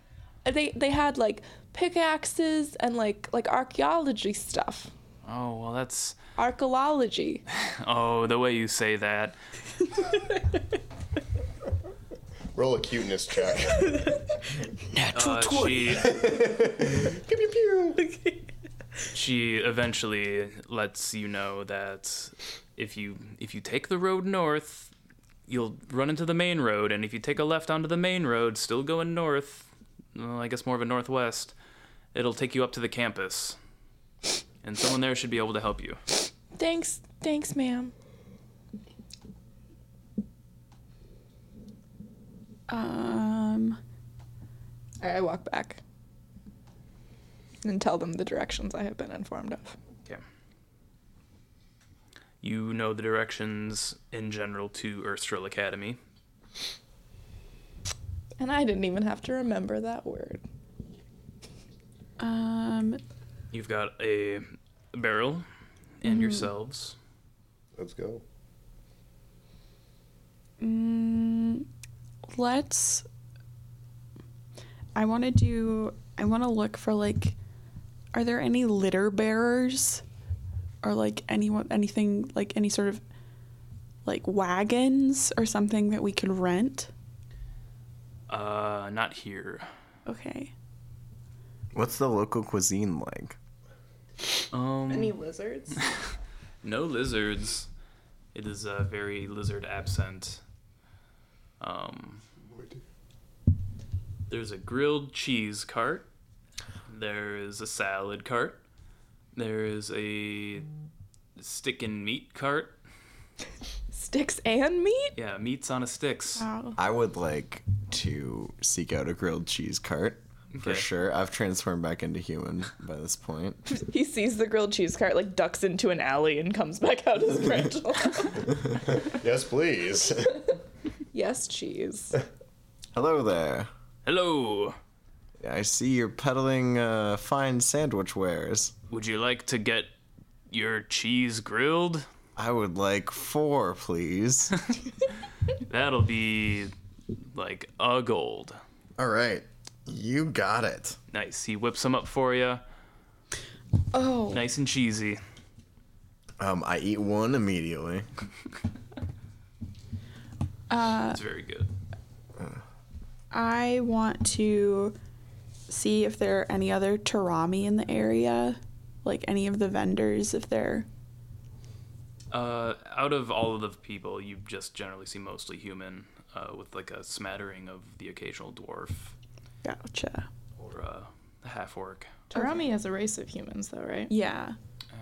Speaker 1: They they had like pickaxes and like like archaeology stuff.
Speaker 2: Oh, well, that's.
Speaker 1: archaeology.
Speaker 2: Oh, the way you say that.
Speaker 3: Roll a cuteness check.
Speaker 2: Uh, she,
Speaker 3: Pew, pew, pew.
Speaker 2: she eventually lets you know that if you if you take the road north, you'll run into the main road, and if you take a left onto the main road, still going north, well, I guess more of a northwest, it'll take you up to the campus, and someone there should be able to help you.
Speaker 1: Thanks, thanks, ma'am.
Speaker 6: Um,
Speaker 1: I, I walk back and tell them the directions I have been informed of.
Speaker 2: Okay. You know the directions in general to Erstrel Academy.
Speaker 1: And I didn't even have to remember that word.
Speaker 6: um,
Speaker 2: You've got a barrel and
Speaker 3: Mm-hmm.
Speaker 2: yourselves.
Speaker 3: Let's go.
Speaker 6: Mm, let's. I want to do. I want to look for like. Are there any litter bearers, or like anyone, anything like any sort of, like wagons or something that we could rent?
Speaker 2: Uh, not here.
Speaker 6: Okay.
Speaker 5: What's the local cuisine like?
Speaker 2: Um,
Speaker 1: lizards?
Speaker 2: No lizards. It is a very lizard absent. Um, there's a grilled cheese cart. There is a salad cart. There is a stick and meat cart.
Speaker 1: Sticks and meat?
Speaker 2: Yeah, meats on a sticks.
Speaker 6: Wow.
Speaker 5: I would like to seek out a grilled cheese cart for
Speaker 2: Okay.
Speaker 5: sure. I've transformed back into human by this point.
Speaker 1: He sees the grilled cheese cart, like ducks into an alley and comes back out as Rachel.
Speaker 3: Yes, please.
Speaker 1: Yes, cheese.
Speaker 5: Hello there.
Speaker 2: Hello.
Speaker 5: I see you're peddling uh, fine sandwich wares.
Speaker 2: Would you like to get your cheese grilled?
Speaker 5: I would like four, please.
Speaker 2: That'll be like a gold.
Speaker 5: All right. You got it.
Speaker 2: Nice. He whips them up for you.
Speaker 4: Oh,
Speaker 2: Nice and cheesy.
Speaker 5: Um, I eat one immediately.
Speaker 2: It's very good.
Speaker 4: I want to see if there are any other Tarami in the area, like any of the vendors, if they're
Speaker 2: Uh, out of all of the people, you just generally see mostly human, uh, with like a smattering of the occasional dwarf
Speaker 4: gotcha.
Speaker 2: or uh, a half orc.
Speaker 1: Tarami is a race of humans, though, right?
Speaker 4: Yeah,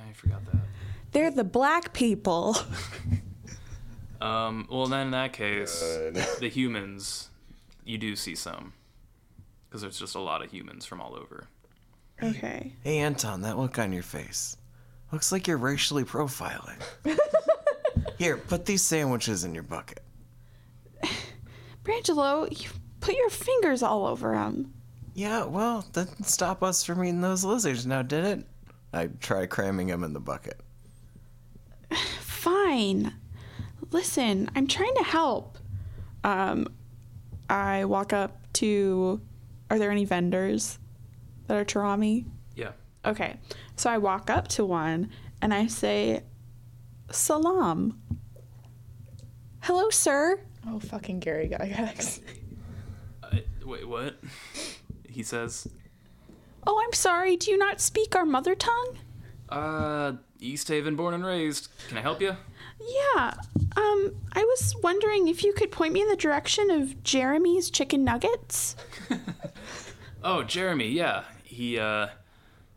Speaker 2: I forgot that.
Speaker 4: they're the black people.
Speaker 2: Um, well, then in that case,
Speaker 3: Good.
Speaker 2: the humans, you do see some. Because there's just a lot of humans from all over.
Speaker 4: Okay.
Speaker 5: Hey, Anton, that look on your face. Looks like you're racially profiling. Here, put these sandwiches in your bucket.
Speaker 4: Brangelo, you put your fingers all over him.
Speaker 5: Yeah, well, that didn't stop us from eating those lizards now, did it? I try cramming them in the bucket.
Speaker 4: Fine. Listen, I'm trying to help. Um, I walk up to. Are there any vendors that are Tarami?
Speaker 2: Yeah.
Speaker 4: Okay. So I walk up to one and I say, Salam. Hello, sir.
Speaker 1: Oh, fucking Gary Gygax.
Speaker 2: I, wait, what? He says,
Speaker 4: Oh, I'm sorry. Do you not speak our mother tongue?
Speaker 2: uh, East Haven born and raised. Can I help you?
Speaker 4: Yeah. Um, I was wondering if you could point me in the direction of Jeremy's chicken nuggets.
Speaker 2: Oh, Jeremy, yeah. He, uh,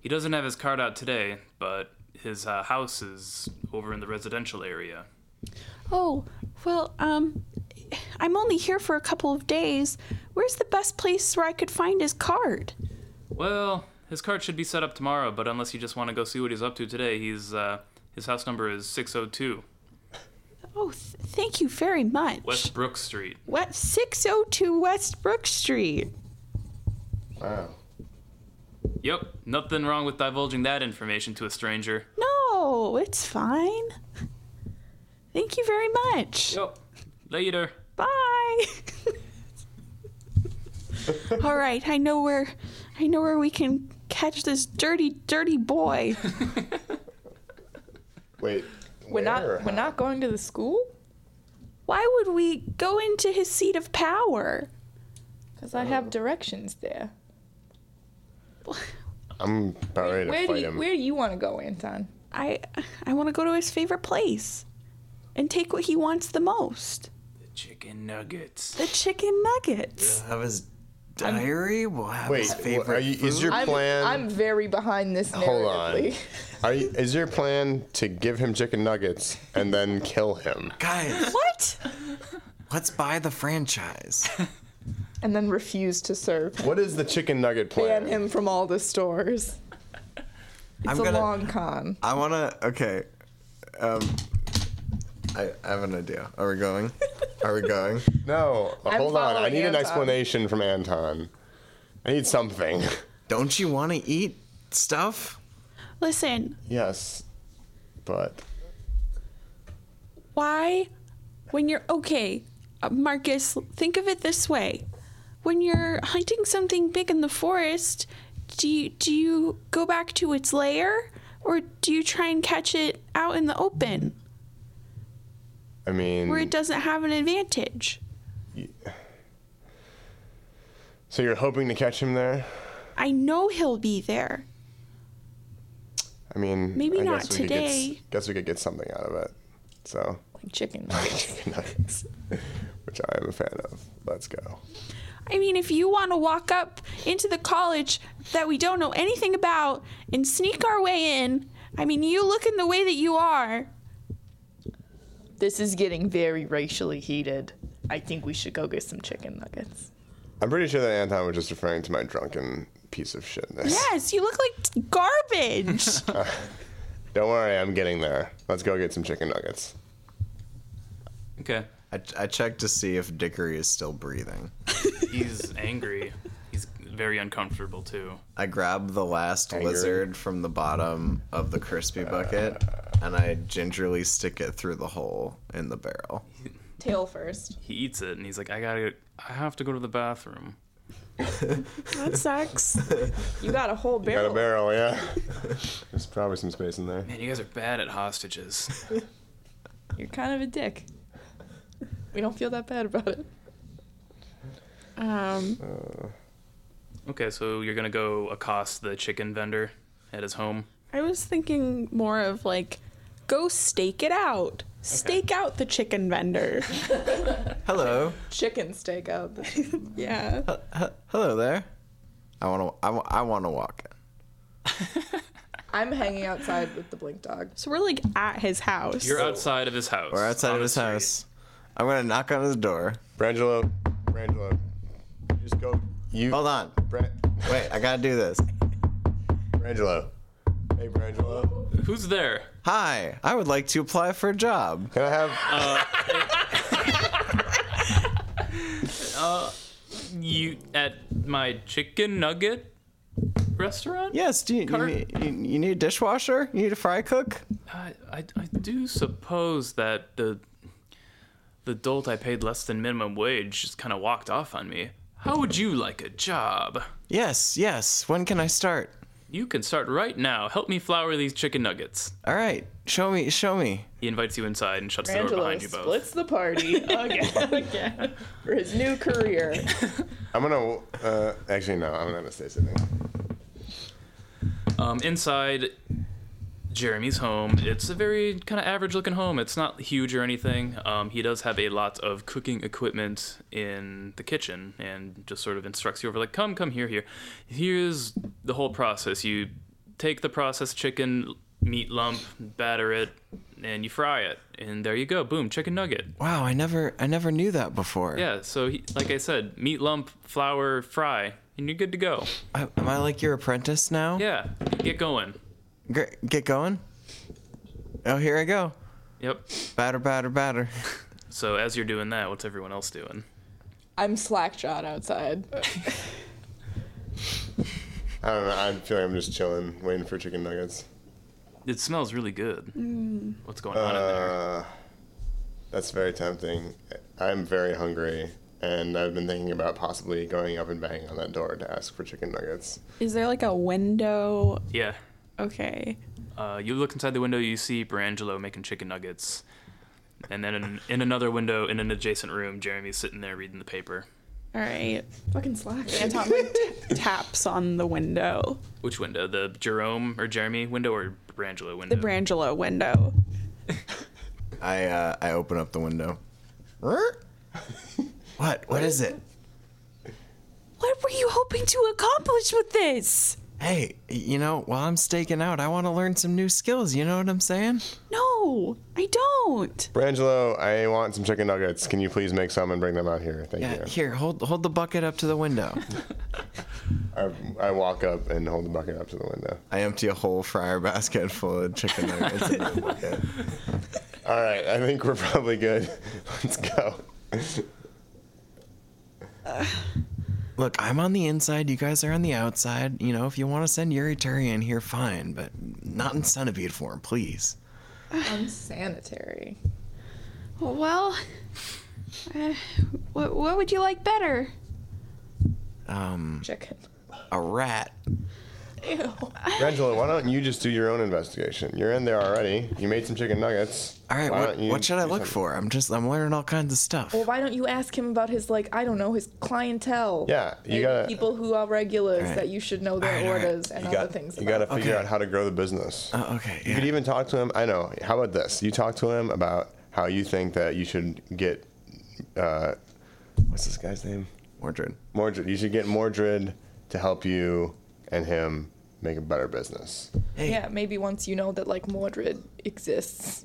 Speaker 2: he doesn't have his card out today, but his uh, house is over in the residential area.
Speaker 4: Oh, well, um, I'm only here for a couple of days. Where's the best place where I could find his card?
Speaker 2: Well, his card should be set up tomorrow, but unless you just want to go see what he's up to today, he's, uh, his house number is 602
Speaker 4: Oh, th- thank you very much.
Speaker 2: West Brook Street.
Speaker 4: What? 602 West Brook Street.
Speaker 3: Wow.
Speaker 2: Yep, nothing wrong with divulging that information to a stranger.
Speaker 4: No, it's fine. Thank you very much.
Speaker 2: Yep. Later.
Speaker 4: Bye. All right, I know where I know where we can catch this dirty dirty boy.
Speaker 3: Wait.
Speaker 1: We're not.
Speaker 3: where?
Speaker 1: We're not going to the school
Speaker 4: Why would we go into his seat of power?
Speaker 1: because I have directions there.
Speaker 3: I'm about ready to
Speaker 1: Where do
Speaker 3: fight
Speaker 1: you,
Speaker 3: him.
Speaker 1: where do you want to go, Anton?
Speaker 4: I I want to go to his favorite place and take what he wants the most,
Speaker 2: The chicken nuggets.
Speaker 4: the chicken nuggets.
Speaker 5: Have his diary. we'll have
Speaker 3: Wait,
Speaker 5: his
Speaker 3: well,
Speaker 5: favorite.
Speaker 3: are you, is
Speaker 5: food.
Speaker 3: your
Speaker 1: I'm,
Speaker 3: plan?
Speaker 1: I'm very behind this.
Speaker 3: Hold on.
Speaker 1: narratively.
Speaker 3: Are you, is your plan to give him chicken nuggets and then kill him?
Speaker 5: Guys,
Speaker 4: What?
Speaker 5: let's buy the franchise.
Speaker 1: And then refuse to serve.
Speaker 3: What is the chicken nugget
Speaker 1: Ban
Speaker 3: plan?
Speaker 1: him from all the stores.
Speaker 5: I'm
Speaker 1: It's a
Speaker 5: gonna.
Speaker 1: long con.
Speaker 5: I wanna. Okay. Um. I, I have an idea. Are we going? Are we going?
Speaker 3: No, uh,
Speaker 1: I'm
Speaker 3: hold on. I
Speaker 1: following
Speaker 3: need an
Speaker 1: Anton.
Speaker 3: explanation from Anton. I need something.
Speaker 5: Don't you want to eat stuff?
Speaker 4: Listen,
Speaker 3: yes, but
Speaker 4: why when you're okay, uh, Marcus, think of it this way. When you're hunting something big in the forest, do you, do you go back to its lair or do you try and catch it out in the open
Speaker 3: I mean,
Speaker 4: where it doesn't have an advantage?
Speaker 3: so you're hoping to catch him there?
Speaker 4: I know he'll be there.
Speaker 3: I mean,
Speaker 4: Maybe
Speaker 3: I
Speaker 4: not
Speaker 3: guess we Could
Speaker 4: today.
Speaker 3: get, s- guess we could get something out of it. So
Speaker 1: Like chicken.
Speaker 3: chicken nuggets, which I am a fan of. Let's go.
Speaker 4: I mean, if you want to walk up into the college that we don't know anything about and sneak our way in, I mean, you look in the way that you are.
Speaker 1: This is getting very racially heated. I think we should go get some chicken nuggets.
Speaker 3: I'm pretty sure that Anton was just referring to my drunken piece of shitness.
Speaker 4: Yes, you look like t- garbage.
Speaker 3: Don't worry, I'm getting there. Let's go get some chicken nuggets.
Speaker 2: Okay.
Speaker 5: I, I checked to see if Dickory is still breathing.
Speaker 2: He's angry. He's very uncomfortable too.
Speaker 5: I grabbed the last
Speaker 3: Angry.
Speaker 5: lizard from the bottom of the crispy bucket and I gingerly stick it through the hole in the barrel.
Speaker 1: Tail first.
Speaker 2: He eats it and he's like, I gotta, I have to go to the bathroom.
Speaker 6: That sucks.
Speaker 1: You got a whole barrel.
Speaker 3: Got a barrel, yeah. There's probably some space in there.
Speaker 2: Man, you guys are bad at hostages.
Speaker 1: You're kind of a dick. We don't feel that bad about it.
Speaker 6: Um,
Speaker 2: Okay, so you're gonna go accost the chicken vendor at his home.
Speaker 6: I was thinking more of like, go stake it out. Stake out the chicken vendor.
Speaker 5: Hello.
Speaker 1: Chicken steak out. the-
Speaker 6: yeah.
Speaker 5: Hello there. I want to I, wa- I want to walk in.
Speaker 1: I'm hanging outside with the blink dog.
Speaker 6: So we're like at his house.
Speaker 2: You're outside of his house.
Speaker 5: We're outside
Speaker 2: on
Speaker 5: of
Speaker 2: the
Speaker 5: his
Speaker 2: street.
Speaker 5: house. I'm going to knock on his door.
Speaker 3: Brangelo, Brangelo, you just go. You
Speaker 5: Hold on.
Speaker 3: Bra-
Speaker 5: Wait, I got to do this.
Speaker 3: Brangelo. Hey, Brangelo.
Speaker 2: Who's there?
Speaker 5: Hi, I would like to apply for a job.
Speaker 3: Can I have?
Speaker 2: You at my chicken nugget restaurant?
Speaker 5: Yes, do you, you,
Speaker 2: Cart-
Speaker 5: need, you, you need a dishwasher? You need a fry cook?
Speaker 2: I, I, I do suppose that the the dolt I paid less than minimum wage just kind of walked off on me. How would you like a job?
Speaker 5: Yes, yes. When can I start?
Speaker 2: You can start right now. Help me flour these chicken nuggets.
Speaker 5: All right, show me, show me.
Speaker 2: He invites you inside and shuts the door
Speaker 1: Angelo
Speaker 2: behind you both.
Speaker 1: splits the party again, for his new career.
Speaker 3: I'm gonna. Uh, actually, no. I'm not gonna say something.
Speaker 2: Um, inside Jeremy's home, it's a very kind of average looking home. It's not huge or anything. Um, he does have a lot of cooking equipment in the kitchen and just sort of instructs you over, like, come, come here, here. Here's the whole process. You take the processed chicken meat lump, batter it, and you fry it. And there you go. Boom, chicken nugget.
Speaker 5: Wow, I never, I never knew that before.
Speaker 2: Yeah, so he, like I said, meat lump, flour, fry, and you're good to go.
Speaker 5: I, am I like your apprentice now?
Speaker 2: Yeah, get going.
Speaker 5: Gr- get going. Oh, here I go.
Speaker 2: Yep.
Speaker 5: Batter, batter, batter.
Speaker 2: So as you're doing that, what's everyone else doing?
Speaker 1: I'm slackjawed outside.
Speaker 3: I don't know. I feel like I'm just chilling, waiting for chicken nuggets.
Speaker 2: It smells really good. What's going on in there?
Speaker 3: Uh, that's very tempting. I'm very hungry, and I've been thinking about possibly going up and banging on that door to ask for chicken nuggets.
Speaker 6: Is there like a window?
Speaker 2: Yeah.
Speaker 6: Okay.
Speaker 2: Uh, you look inside the window, you see Brangelo making chicken nuggets. And then in, in another window, in an adjacent room, Jeremy's sitting there reading the paper.
Speaker 6: All right.
Speaker 1: Fucking slack.
Speaker 6: Anton like, t- taps on the window,
Speaker 2: Which window? The Jerome or Jeremy window or Brangelo window?
Speaker 6: the Brangelo window.
Speaker 5: I, uh, I open up the window. what? What is it?
Speaker 6: What were you hoping to accomplish with this?
Speaker 5: Hey, you know, while I'm staking out, I want to learn some new skills. You know what I'm saying?
Speaker 6: No, I don't.
Speaker 3: Brangelo, I want some chicken nuggets. Can you please make some and bring them out here? Thank
Speaker 5: Yeah.
Speaker 3: you.
Speaker 5: Here, hold, hold the bucket up to the window.
Speaker 3: I, I walk up and hold the bucket up to the window.
Speaker 5: I empty a whole fryer basket full of chicken nuggets. into the bucket.
Speaker 3: All right, I think we're probably good. Let's go.
Speaker 5: Look, I'm on the inside. You guys are on the outside. You know, if you want to send Yuri Turi in here, fine, but not in centipede form, please.
Speaker 1: Unsanitary.
Speaker 4: Well, uh, what, what would you like better?
Speaker 5: Um,
Speaker 1: Chicken.
Speaker 5: a rat.
Speaker 1: Ew.
Speaker 3: Brangelo, why don't you just do your own investigation? You're in there already. You made some chicken nuggets.
Speaker 5: All right,
Speaker 3: Why
Speaker 5: what,
Speaker 3: don't you
Speaker 5: what should I
Speaker 3: do
Speaker 5: look
Speaker 3: something?
Speaker 5: for? I'm just, I'm learning all kinds of stuff.
Speaker 1: Well, why don't you ask him about his like I don't know his clientele?
Speaker 3: Yeah, you
Speaker 1: Maybe
Speaker 3: gotta-
Speaker 1: people who are regulars
Speaker 5: Alright.
Speaker 1: that you should know their
Speaker 5: Alright, alright.
Speaker 1: orders and
Speaker 3: You
Speaker 1: other
Speaker 3: got,
Speaker 1: things.
Speaker 3: you
Speaker 1: about.
Speaker 3: got to figure
Speaker 5: Okay.
Speaker 3: out how to grow the business.
Speaker 5: Oh, okay.
Speaker 3: You
Speaker 5: Yeah.
Speaker 3: could even talk to him. I know. How about this? You talk to him about how you think that you should get. Uh, what's this guy's name?
Speaker 5: Mordred.
Speaker 3: Mordred. You should get Mordred to help you and him make a better business.
Speaker 5: Hey,
Speaker 1: Yeah, maybe once you know that like Mordred exists.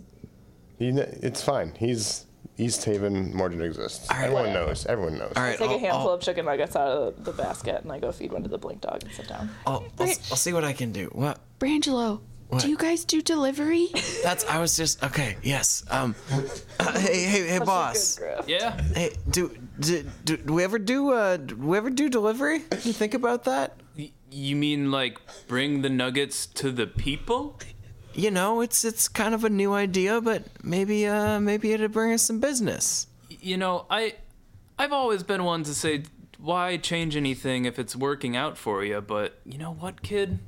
Speaker 3: He, kn- it's fine. He's East Haven. Mordred exists.
Speaker 5: right.
Speaker 3: Everyone knows. Everyone knows.
Speaker 5: all right.
Speaker 1: Take
Speaker 5: I'll,
Speaker 1: a handful
Speaker 5: I'll,
Speaker 1: of chicken nuggets out of the basket and I go feed one to the blink dog and sit down.
Speaker 5: I'll, I'll, I'll see what I can do. What?
Speaker 4: Brangelo, Do you guys do delivery?
Speaker 5: That's I was just okay. Yes. Um. uh, hey, hey, hey, boss.
Speaker 2: Yeah.
Speaker 5: Hey, do, do do do we ever do uh do we ever do delivery? Did you think about that?
Speaker 2: Y- You mean like bring the nuggets to the people?
Speaker 5: You know, it's it's kind of a new idea, but maybe uh maybe it'd bring us some business.
Speaker 2: You know, I I've always been one to say why change anything if it's working out for you, but you know what, kid?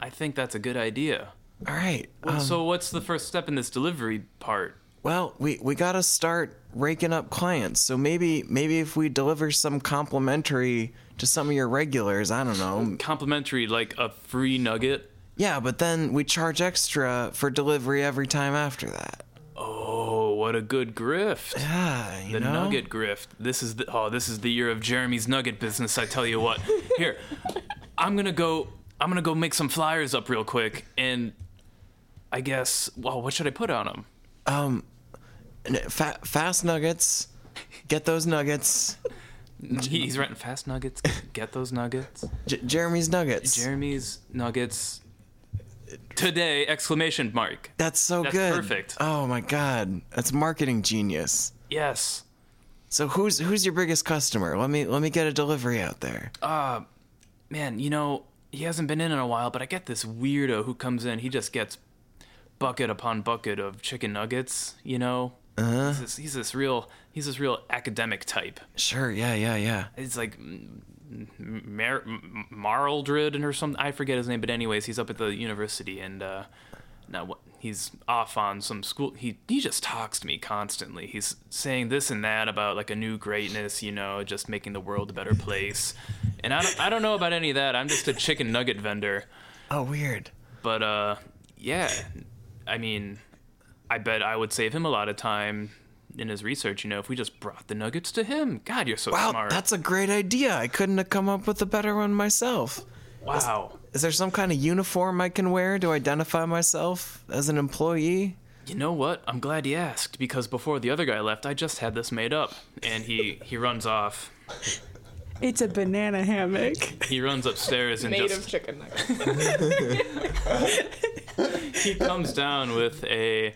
Speaker 2: I think that's a good idea.
Speaker 5: All right.
Speaker 2: Well,
Speaker 5: um,
Speaker 2: so what's the first step in this delivery part?
Speaker 5: Well, we we gotta start raking up clients. So maybe maybe if we deliver some complimentary to some of your regulars, I don't know.
Speaker 2: Complimentary like a free nugget?
Speaker 5: Yeah, but then we charge extra for delivery every time after that.
Speaker 2: Oh, what a good grift.
Speaker 5: Ah, you
Speaker 2: The
Speaker 5: know.
Speaker 2: nugget grift. This is the oh, this is the year of Jeremy's nugget business. I tell you what. Here, I'm gonna go. I'm gonna go make some flyers up real quick, and I guess. Well, what should I put on them?
Speaker 5: Um, n- fa- fast nuggets. Get those nuggets.
Speaker 2: He's renting fast nuggets. Get those nuggets.
Speaker 5: J- Jeremy's nuggets.
Speaker 2: Jeremy's nuggets today! Exclamation mark.
Speaker 5: that's so
Speaker 2: That's
Speaker 5: good.
Speaker 2: perfect.
Speaker 5: Oh my god, that's marketing genius.
Speaker 2: Yes.
Speaker 5: So who's who's your biggest customer? Let me let me get a delivery out there.
Speaker 2: Uh, man, you know, he hasn't been in in a while, but I get this weirdo who comes in. He just gets bucket upon bucket of chicken nuggets. You know, he's, this, he's this real, he's this real academic type.
Speaker 5: Sure. Yeah. Yeah. Yeah.
Speaker 2: It's like M- M- Mar- M- Marldred or something. I forget his name, but anyways, he's up at the university and uh, now what? He's off on some school. He he just talks to me constantly. He's saying this and that about like a new greatness, you know, just making the world a better place. And I don't, I don't know about any of that. I'm just a chicken nugget vendor.
Speaker 5: Oh, weird.
Speaker 2: But uh, yeah, I mean, I bet I would save him a lot of time in his research. You know, if we just brought the nuggets to him. God, you're so
Speaker 5: Wow,
Speaker 2: smart.
Speaker 5: that's a great idea. I couldn't have come up with a better one myself.
Speaker 2: wow.
Speaker 5: Is there some kind of uniform I can wear to identify myself as an employee?
Speaker 2: You know what? I'm glad you asked because before the other guy left, I just had this made up, and he he runs off.
Speaker 6: It's a banana hammock.
Speaker 2: He runs upstairs and
Speaker 1: Made
Speaker 2: just
Speaker 1: of chicken nuggets.
Speaker 2: he comes down with a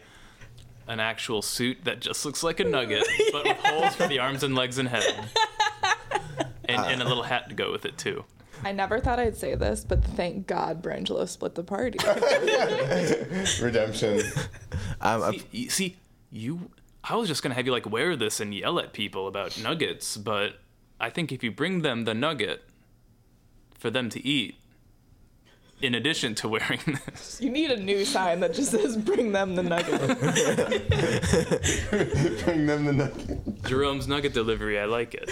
Speaker 2: an actual suit that just looks like a nugget, but with holes for the arms and legs and head, and, and a little hat to go with it too.
Speaker 1: I never thought I'd say this, but thank God Brangelo split the party.
Speaker 3: Redemption.
Speaker 5: I'm, a-
Speaker 2: Y- You, see, you. I was just gonna have you like wear this and yell at people about nuggets, but I think if you bring them the nugget for them to eat, in addition to wearing this,
Speaker 1: you need a new sign that just says "Bring them the nugget."
Speaker 3: Bring them the nugget.
Speaker 2: Jerome's nugget delivery, I like it.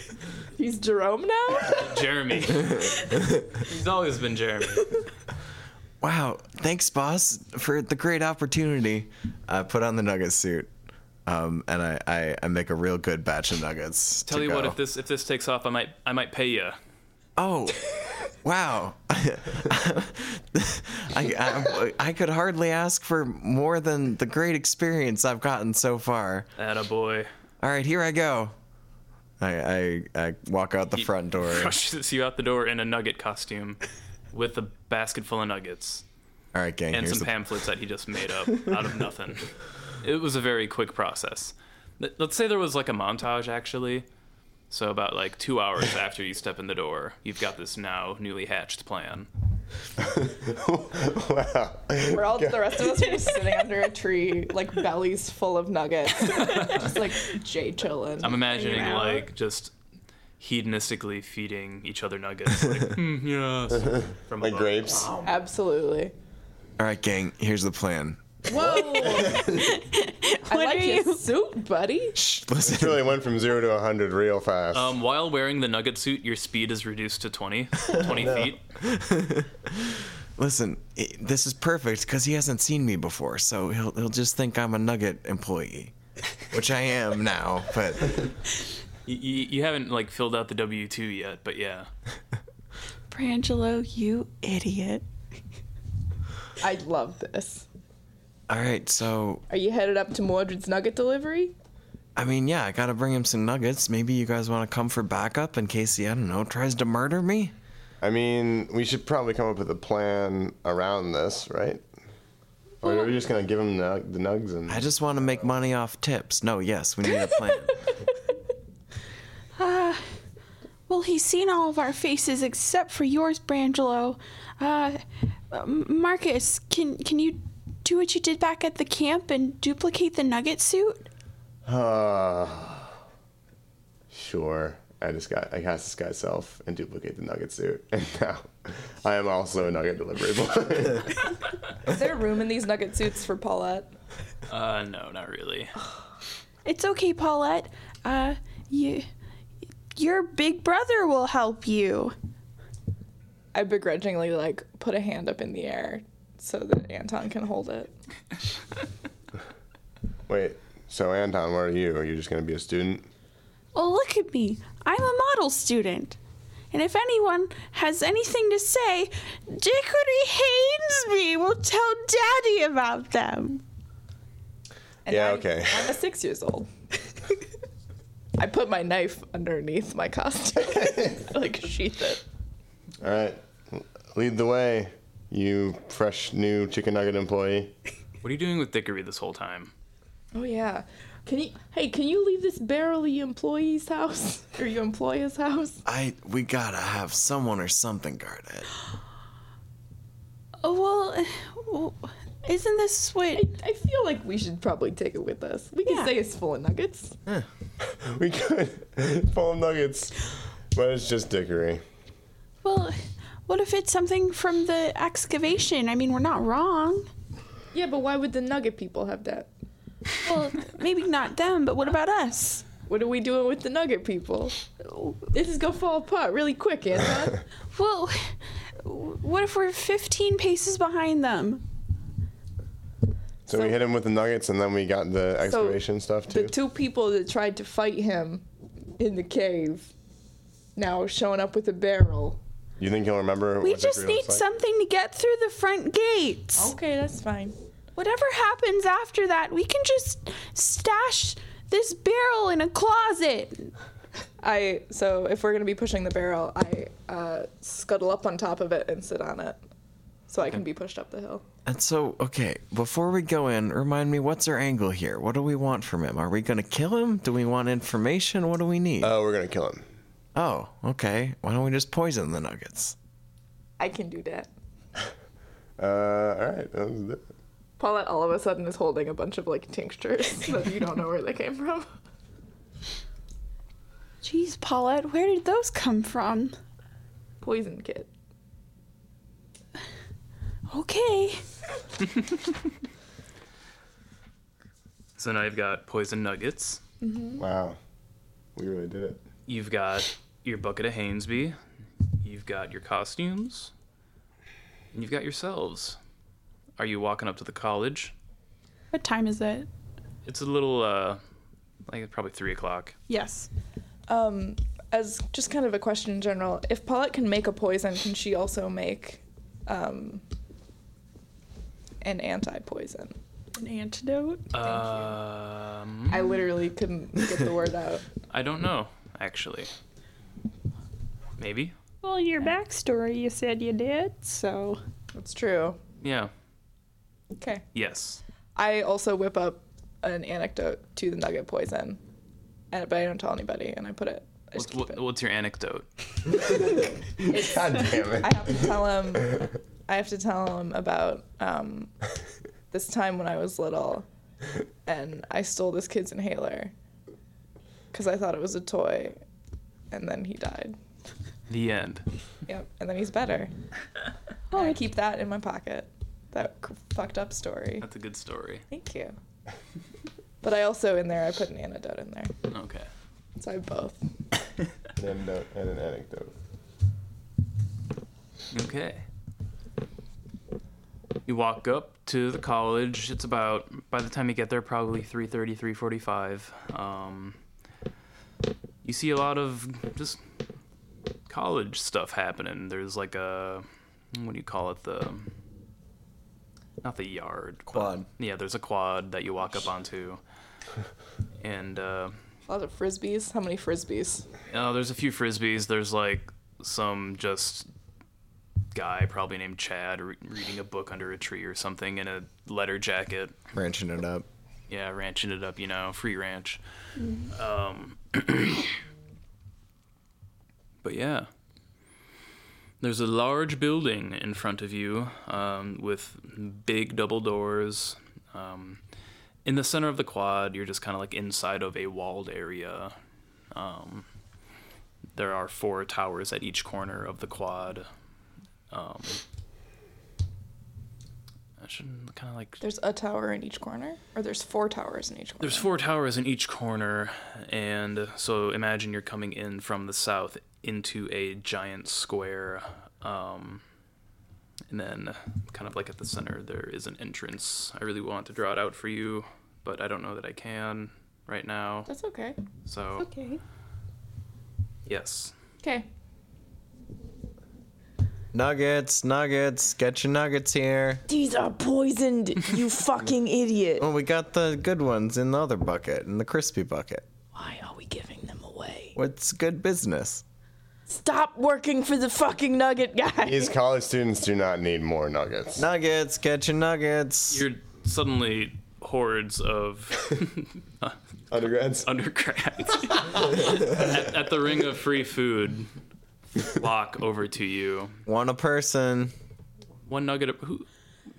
Speaker 1: He's Jerome now.
Speaker 2: Jeremy. He's always been Jeremy.
Speaker 5: wow, thanks, boss, for the great opportunity. I put on the nugget suit, um, and I, I, I make a real good batch of nuggets.
Speaker 2: Tell you what, if this if this takes off, I might I might pay you.
Speaker 5: Oh, wow. I, I, I could hardly ask for more than the great experience I've gotten so far.
Speaker 2: Attaboy.
Speaker 5: All right, here I go. I I, I walk out the front door.
Speaker 2: Rushes you out the door in a nugget costume with a basket full of nuggets
Speaker 5: All right, gang.
Speaker 2: and
Speaker 5: here's
Speaker 2: some
Speaker 5: the-
Speaker 2: pamphlets that he just made up out of nothing. It was a very quick process. Let- Let's say there was like a montage actually. So about like 2 hours after you step in the door, you've got this now newly hatched plan.
Speaker 3: Wow.
Speaker 1: We're all the rest of us are just sitting under a tree, like bellies full of nuggets, just like Jay chillin'.
Speaker 2: I'm imagining
Speaker 6: Yeah.
Speaker 2: like just hedonistically feeding each other nuggets. Like, "Mm, yes. From
Speaker 3: Like
Speaker 2: above.
Speaker 3: grapes.
Speaker 1: Absolutely.
Speaker 5: All right, gang. Here's the plan.
Speaker 1: Whoa! I like
Speaker 6: are
Speaker 1: your
Speaker 6: you-
Speaker 1: suit, buddy.
Speaker 5: Shh, listen.
Speaker 3: It really went from zero to 100 real fast.
Speaker 2: Um, while wearing the nugget suit, your speed is reduced to 20, 20 feet.
Speaker 5: Listen, i this is perfect because he hasn't seen me before, so he'll he'll just think I'm a Nugget employee, which I am now. But
Speaker 2: You, you, you haven't like filled out the W two yet, but yeah.
Speaker 6: Brangelo, you idiot.
Speaker 1: I love this.
Speaker 5: all right, so
Speaker 1: Are you headed up to Mordred's nugget delivery?
Speaker 5: I mean, yeah, I gotta bring him some nuggets. Maybe you guys want to come for backup in case he I don't know tries to murder me.
Speaker 3: I mean, we should probably come up with a plan around this, right? Or are we just gonna give him the, the nugs and
Speaker 5: I just want to make money off tips. No, yes, we need a plan.
Speaker 4: Well, he's seen all of our faces except for yours, Brangelo. Uh, M- Marcus, can can you do what you did back at the camp and duplicate the nugget suit?
Speaker 3: Uh, sure. I just got I cast disguise self and duplicate the nugget suit, and now I am also a nugget delivery boy.
Speaker 1: Is there room in these nugget suits for Paulette?
Speaker 2: Uh, no, not really.
Speaker 4: It's okay, Paulette. Uh, you, your big brother will help you.
Speaker 1: I begrudgingly like put a hand up in the air so that Anton can hold it.
Speaker 3: Wait, so Anton, what are you? Are you just gonna be a student?
Speaker 4: Oh, look at me. I'm a model student. And if anyone has anything to say, Dickory Hainsby will tell Daddy about them.
Speaker 1: And
Speaker 3: Yeah,
Speaker 1: I'm-
Speaker 3: okay.
Speaker 1: I'm a six years old. I put my knife underneath my costume. I, like sheath it.
Speaker 3: All right, lead the way, you fresh new chicken nugget employee.
Speaker 2: What are you doing with Dickory this whole time?
Speaker 1: Oh yeah. Can you hey, can you leave this barrel at your employee's house? Or your employer's house?
Speaker 5: I we gotta have someone or something guard it.
Speaker 4: Oh, well, isn't this what.
Speaker 1: I, I feel like we should probably take it with us. We can
Speaker 4: Yeah.
Speaker 1: say it's full of nuggets.
Speaker 3: We could full of nuggets, but it's just dickery.
Speaker 4: Well, what if it's something from the excavation? I mean, we're not wrong.
Speaker 1: Yeah, but why would the nugget people have that?
Speaker 4: Well, maybe not them, but what about us?
Speaker 1: What are we doing with the nugget people? This is gonna fall apart really quick, Anton.
Speaker 4: Well, what if we're 15 paces behind them?
Speaker 3: So, we hit him with the nuggets, and then we got the excavation stuff too.
Speaker 1: the two people that tried to fight him in the cave now are showing up with a barrel.
Speaker 3: you think he'll remember?
Speaker 4: We
Speaker 3: what
Speaker 4: just
Speaker 3: dickery
Speaker 4: need
Speaker 3: looks like?
Speaker 4: something to get through the front gates.
Speaker 1: Okay, that's fine.
Speaker 4: Whatever happens after that, we can just stash this barrel in a closet.
Speaker 1: I so if we're gonna be pushing the barrel, I uh, scuttle up on top of it and sit on it, so I can be pushed up the hill.
Speaker 5: And so, okay, before we go in, remind me what's our angle here? What do we want from him? Are we gonna kill him? Do we want information? What do we need?
Speaker 3: Oh, we're gonna kill him.
Speaker 5: oh, okay. Why don't we just poison the nuggets?
Speaker 1: I can do that.
Speaker 3: Uh, all right, that was it.
Speaker 1: Paulette all of a sudden is holding a bunch of like tinctures that you don't know where they came from.
Speaker 4: Jeez, Paulette, where did those come from?
Speaker 1: Poison kit.
Speaker 4: Okay.
Speaker 2: So now you've got poison nuggets.
Speaker 3: Wow, we really did it.
Speaker 2: You've got your bucket of Hainsby. You've got your costumes. And you've got yourselves. Are you walking up to the college?
Speaker 6: What time is it?
Speaker 2: It's a little, uh, like probably three o'clock.
Speaker 6: Yes.
Speaker 1: Um, as just kind of a question in general, if Paulette can make a poison, can she also make um, an anti-poison?
Speaker 6: An antidote?
Speaker 2: Um,
Speaker 1: I literally couldn't get the word out.
Speaker 2: I don't know, actually. Maybe?
Speaker 6: Well, your backstory, you said you did, so.
Speaker 1: That's true.
Speaker 2: Yeah.
Speaker 1: Okay.
Speaker 2: Yes.
Speaker 1: I also whip up an anecdote to the nugget poison, and, but I don't tell anybody, and I put it. I just keep
Speaker 2: What's,
Speaker 1: it.
Speaker 2: what, what's your anecdote?
Speaker 3: God damn it.
Speaker 1: I have to tell him. I have to tell him about um, this time when I was little, and I stole this kid's inhaler because I thought it was a toy, and then he died.
Speaker 2: The end.
Speaker 1: Yep, and then he's better. Oh, I keep that in my pocket. That c- fucked up story.
Speaker 2: That's a good story.
Speaker 1: Thank you. But I also in there I put an antidote in there,
Speaker 2: Okay.
Speaker 1: so I have both.
Speaker 3: and, uh, and an anecdote.
Speaker 2: Okay. You walk up to the college. It's about by the time you get there, probably 3:30, 3:45. Um, you see a lot of just college stuff happening. There's like a what do you call it? The not the yard but-
Speaker 5: Quad.
Speaker 2: yeah, there's a quad that you walk up onto, and. Uh,
Speaker 1: A lot of frisbees. How many frisbees?
Speaker 2: uh, there's a few frisbees. There's like some just guy, probably named Chad, re- reading a book under a tree or something in a leather jacket.
Speaker 5: Branching it up.
Speaker 2: Yeah, ranching it up, you know, free ranch. Um, but yeah, there's a large building in front of you um, with big double doors. Um, in the center of the quad, you're just kind of like inside of a walled area. Um, there are four towers at each corner of the quad. Um, I should kind of like
Speaker 1: There's a tower in each corner, or there's four towers in each corner.
Speaker 2: there's four towers in each corner, and so imagine you're coming in from the south into a giant square. Um, and then, kind of like at the center, there is an entrance. I really want to draw it out for you, but I don't know that I can right now.
Speaker 1: That's okay.
Speaker 2: So,
Speaker 1: Okay.
Speaker 2: yes.
Speaker 1: Okay.
Speaker 5: Nuggets, nuggets, get your nuggets here.
Speaker 7: These are poisoned, you fucking idiot.
Speaker 5: Well, we got the good ones in the other bucket, in the crispy bucket.
Speaker 7: Why are we giving them away?
Speaker 5: What's good business?
Speaker 7: Stop working for the fucking nugget guy.
Speaker 3: These college students do not need more nuggets.
Speaker 5: Nuggets, get your nuggets.
Speaker 2: You're suddenly hordes of
Speaker 3: Undergrads.
Speaker 2: undergrads at, at the ring of free food flock over to you.
Speaker 5: One a person.
Speaker 2: One nugget. Of, who,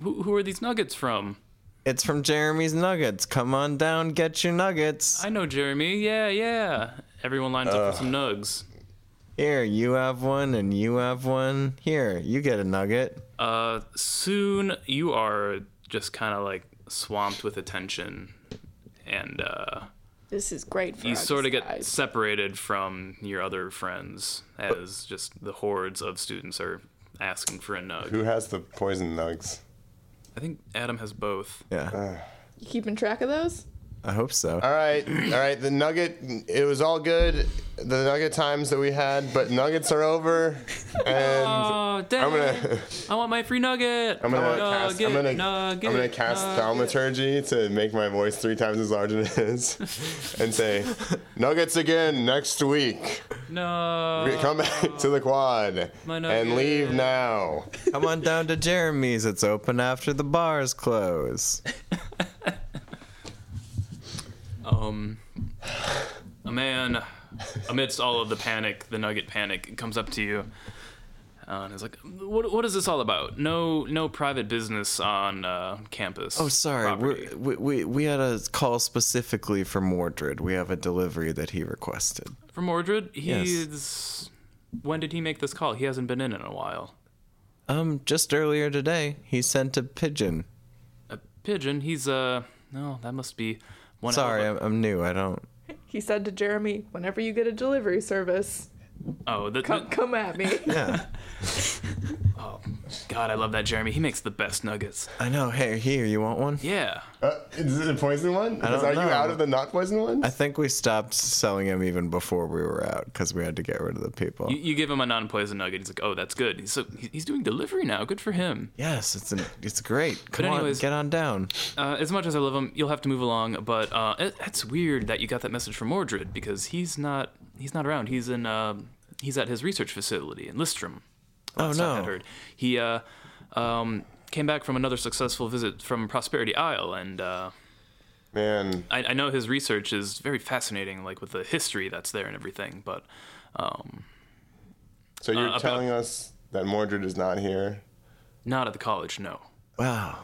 Speaker 2: who, who are these nuggets from?
Speaker 5: It's from Jeremy's Nuggets. Come on down, get your nuggets.
Speaker 2: I know Jeremy. Yeah, yeah. Everyone lines up for some nugs.
Speaker 5: Here, you have one, and you have one. Here, you get a nugget.
Speaker 2: Uh, soon you are just kind of like swamped with attention, and uh,
Speaker 1: This is great for
Speaker 2: you
Speaker 1: our
Speaker 2: sort of get
Speaker 1: disguise.
Speaker 2: separated from your other friends as just the hordes of students are asking for a nug.
Speaker 3: Who has the poison nugs?
Speaker 2: I think Adam has both.
Speaker 5: Yeah,
Speaker 1: You keeping track of those?
Speaker 5: I hope so.
Speaker 3: All right, all right. The nugget, it was all good. The nugget times that we had, but nuggets are over, and
Speaker 2: Oh, dang!
Speaker 3: I'm gonna,
Speaker 2: I want my free nugget.
Speaker 3: I'm gonna cast,
Speaker 2: nugget,
Speaker 3: I'm gonna,
Speaker 2: nugget,
Speaker 3: I'm gonna cast thaumaturgy to make my voice three times as large as it is, and say, nuggets again next week.
Speaker 2: nug-
Speaker 3: We- Come back to the quad
Speaker 2: My
Speaker 3: and leave now.
Speaker 5: Come on down to Jeremy's. It's open after the bars close.
Speaker 2: Um, a man, amidst all of the panic, the nugget panic, comes up to you, uh, and is like, "What? What is this all about? No, no private business on uh, campus."
Speaker 5: Oh, sorry.
Speaker 2: property."
Speaker 5: We're, we we we had a call specifically for Mordred. We have a delivery that he requested.
Speaker 2: From Mordred,
Speaker 5: Yes.
Speaker 2: he's. When did he make this call? He hasn't been in in a while.
Speaker 5: Um, just earlier today, he sent a pigeon.
Speaker 2: A pigeon. He's uh. No, that must be one. hell
Speaker 5: Sorry,
Speaker 2: Of
Speaker 5: I'm, I'm new. I don't.
Speaker 1: He said to Jeremy, "Whenever you get a delivery service,
Speaker 2: a, oh, the,
Speaker 1: come, come at me."
Speaker 5: Yeah,
Speaker 2: God, I love that Jeremy. He makes the best nuggets.
Speaker 5: I know. Hey, here, you want one?
Speaker 2: Yeah.
Speaker 3: Uh, is it a poison one?
Speaker 5: don't
Speaker 3: are you
Speaker 5: know.
Speaker 3: out of the not poison ones?
Speaker 5: I think we stopped selling him even before we were out because we had to get rid of the people.
Speaker 2: You, you give him a non-poison nugget. He's like, "Oh, that's good." He's so he- he's doing delivery now. Good for him.
Speaker 5: Yes, it's an, it's great. Come
Speaker 2: anyways-
Speaker 5: on, get on down.
Speaker 2: Uh, as much as I love him, you'll have to move along. But uh, it, it's weird that you got that message from Mordred because he's not he's not around. He's in uh, he's at his research facility in Listrum.
Speaker 5: Oh
Speaker 2: Last I had
Speaker 5: no,
Speaker 2: heard he uh, um, came back from another successful visit from Prosperity Isle, and uh,
Speaker 3: Man,
Speaker 2: I, I know his research is very fascinating, like with the history that's there and everything. But
Speaker 3: so you're
Speaker 2: Uh, about-
Speaker 3: telling us that Mordred is not here?
Speaker 2: not at the college, no.
Speaker 5: wow.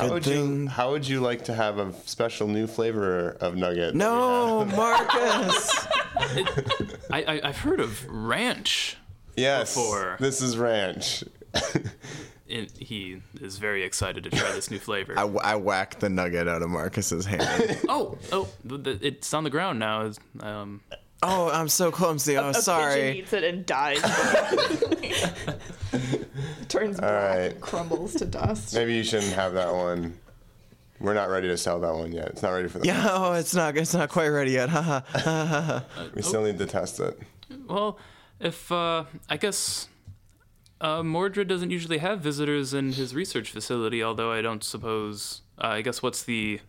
Speaker 3: How would,
Speaker 5: thing-
Speaker 3: you, how would you like to have a special new flavor of nugget? that we
Speaker 5: No,
Speaker 3: have?
Speaker 5: Marcus.
Speaker 2: I, I I've heard of ranch.
Speaker 3: Yes.
Speaker 2: before.
Speaker 3: This is ranch.
Speaker 2: It, he is very excited to try this new flavor.
Speaker 5: I, I whacked the nugget out of Marcus's hand.
Speaker 2: Oh, oh, th- th- it's on the ground now. It's, Um,
Speaker 5: oh, I'm so clumsy. Oh,
Speaker 7: Pigeon
Speaker 5: sorry.
Speaker 7: eats it and dies.
Speaker 1: Turns black
Speaker 3: right.
Speaker 1: and crumbles to dust.
Speaker 3: Maybe you shouldn't have that one. We're not ready to sell that one yet. It's not ready for that.
Speaker 5: Yeah, oh, it's not it's not quite ready yet. Haha.
Speaker 3: We still need to test it.
Speaker 2: well, if uh, I guess uh, Mordred doesn't usually have visitors in his research facility, although I don't suppose. Uh, I guess what's the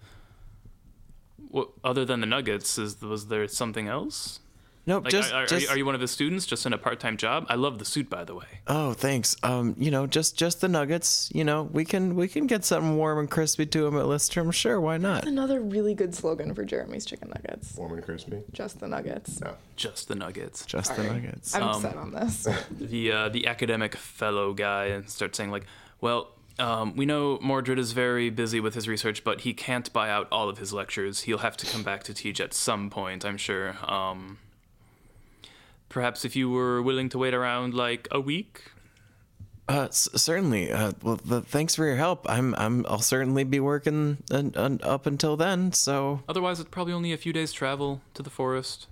Speaker 2: what other than the nuggets is was there something else?
Speaker 5: Nope.
Speaker 2: Like,
Speaker 5: just,
Speaker 2: are, are,
Speaker 5: just
Speaker 2: you, are you one of his students just in a part-time job? I love the suit, by the way.
Speaker 5: Oh, thanks. Um, you know, just just the nuggets. You know, we can we can get something warm and crispy to him at Listerm. Sure, why not?
Speaker 1: Another really good slogan for Jeremy's chicken nuggets.
Speaker 3: Warm and crispy.
Speaker 1: Just the nuggets.
Speaker 3: No.
Speaker 2: Just the nuggets.
Speaker 5: Just the nuggets.
Speaker 1: I'm
Speaker 7: Um,
Speaker 1: upset on this.
Speaker 2: the uh, the academic fellow guy and starts saying like, well, um, we know Mordred is very busy with his research, but he can't buy out all of his lectures. He'll have to come back to teach at some point, I'm sure. Um, perhaps if you were willing to wait around like a week.
Speaker 5: Uh, s- certainly. Uh, well, th thanks for your help. I'm I'm I'll certainly be working un- un- up until then. So
Speaker 2: Otherwise, it's probably only a few days travel to the forest.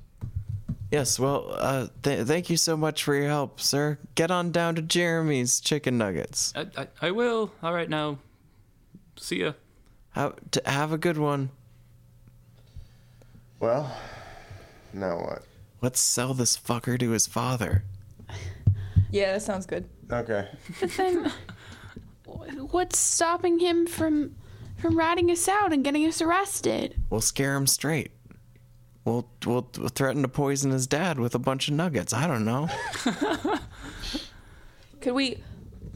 Speaker 5: yes. Well, uh, th- thank you so much for your help, sir. Get on down to Jeremy's Chicken Nuggets.
Speaker 2: I, I, I will. All right now. See ya.
Speaker 5: Have, t- have a good one.
Speaker 3: Well, now what?
Speaker 5: Let's sell this fucker to his father.
Speaker 1: yeah, that sounds good.
Speaker 3: Okay.
Speaker 4: But then, what's stopping him from from ratting us out and getting us arrested?
Speaker 5: We'll scare him straight. We'll we'll threaten to poison his dad with a bunch of nuggets. I don't know.
Speaker 1: Could we?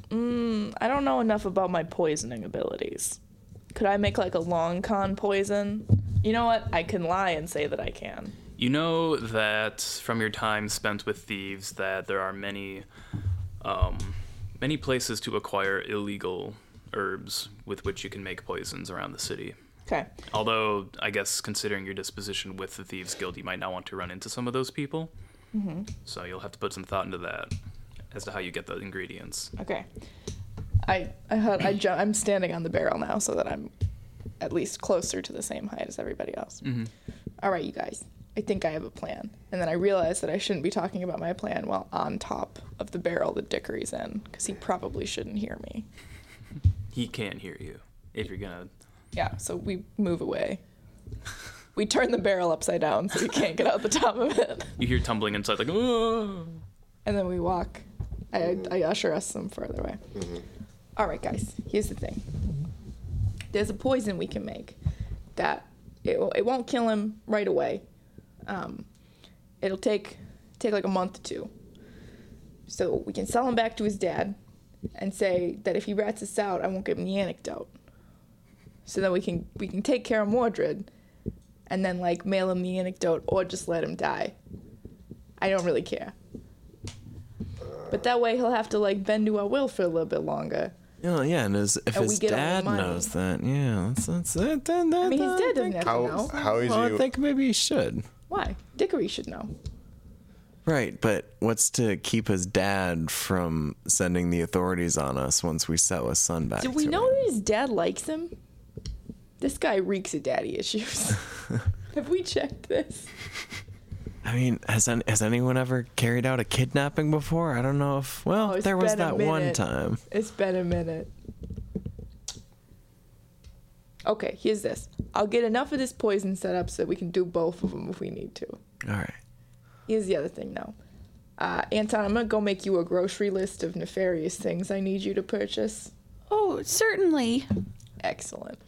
Speaker 1: Mm, I don't know enough about my poisoning abilities. Could I make like a long con poison? You know what? I can lie and say that I can.
Speaker 2: You know that from your time spent with thieves that there are many um, many places to acquire illegal herbs with which you can make poisons around the city.
Speaker 1: Okay.
Speaker 2: Although I guess considering your disposition with the thieves guild, you might not want to run into some of those people. So you'll have to put some thought into that as to how you get the ingredients.
Speaker 1: Okay. I I, had- I ju- I'm standing on the barrel now so that I'm at least closer to the same height as everybody else. All right, you guys. I think I have a plan. And then I realized that I shouldn't be talking about my plan while on top of the barrel that Dickory's in because he probably shouldn't hear me.
Speaker 2: He can hear you if you're gonna.
Speaker 1: Yeah, so we move away. We turn the barrel upside down so you can't get out the top of it.
Speaker 2: You hear tumbling inside like. "Whoa."
Speaker 1: And then we walk. I, I usher us some further away. All right, guys, here's the thing there's a poison we can make that it, will- it won't kill him right away. Um, it'll take, take like a month or two. So we can sell him back to his dad and say that if he rats us out, I won't give him the antidote. So then we can we can take care of Mordred and then like mail him the antidote or just let him die. I don't really care. But that way he'll have to like bend to our will for a little bit longer.
Speaker 5: Yeah, yeah, and his, if
Speaker 1: And we
Speaker 5: his
Speaker 1: get all the
Speaker 5: dad
Speaker 1: money.
Speaker 5: knows that, yeah, that's, that's it. Then, then,
Speaker 1: I mean, his dad
Speaker 5: then I
Speaker 1: doesn't
Speaker 5: think-
Speaker 1: have to
Speaker 3: How
Speaker 1: know.
Speaker 3: how is
Speaker 5: Well, I
Speaker 3: you?
Speaker 5: think maybe he should.
Speaker 1: Why? Dickory should know.
Speaker 5: Right, but what's to keep his dad from sending the authorities on us once we sell his son back?
Speaker 1: Do we
Speaker 5: to
Speaker 1: know
Speaker 5: him?
Speaker 1: that his dad likes him? This guy reeks of daddy issues. have we checked this?
Speaker 5: I mean, has an- has anyone ever carried out a kidnapping before? I don't know if. Well,
Speaker 1: Oh, it's
Speaker 5: there was
Speaker 1: been a
Speaker 5: that one
Speaker 1: minute.
Speaker 5: time.
Speaker 1: It's been a minute. Okay, here's this. I'll get enough of this poison set up so that we can do both of them if we need to.
Speaker 5: All right.
Speaker 1: Here's the other thing, though. Uh, Anton, I'm gonna go make you a grocery list of nefarious things I need you to purchase.
Speaker 4: Oh, certainly.
Speaker 1: Excellent.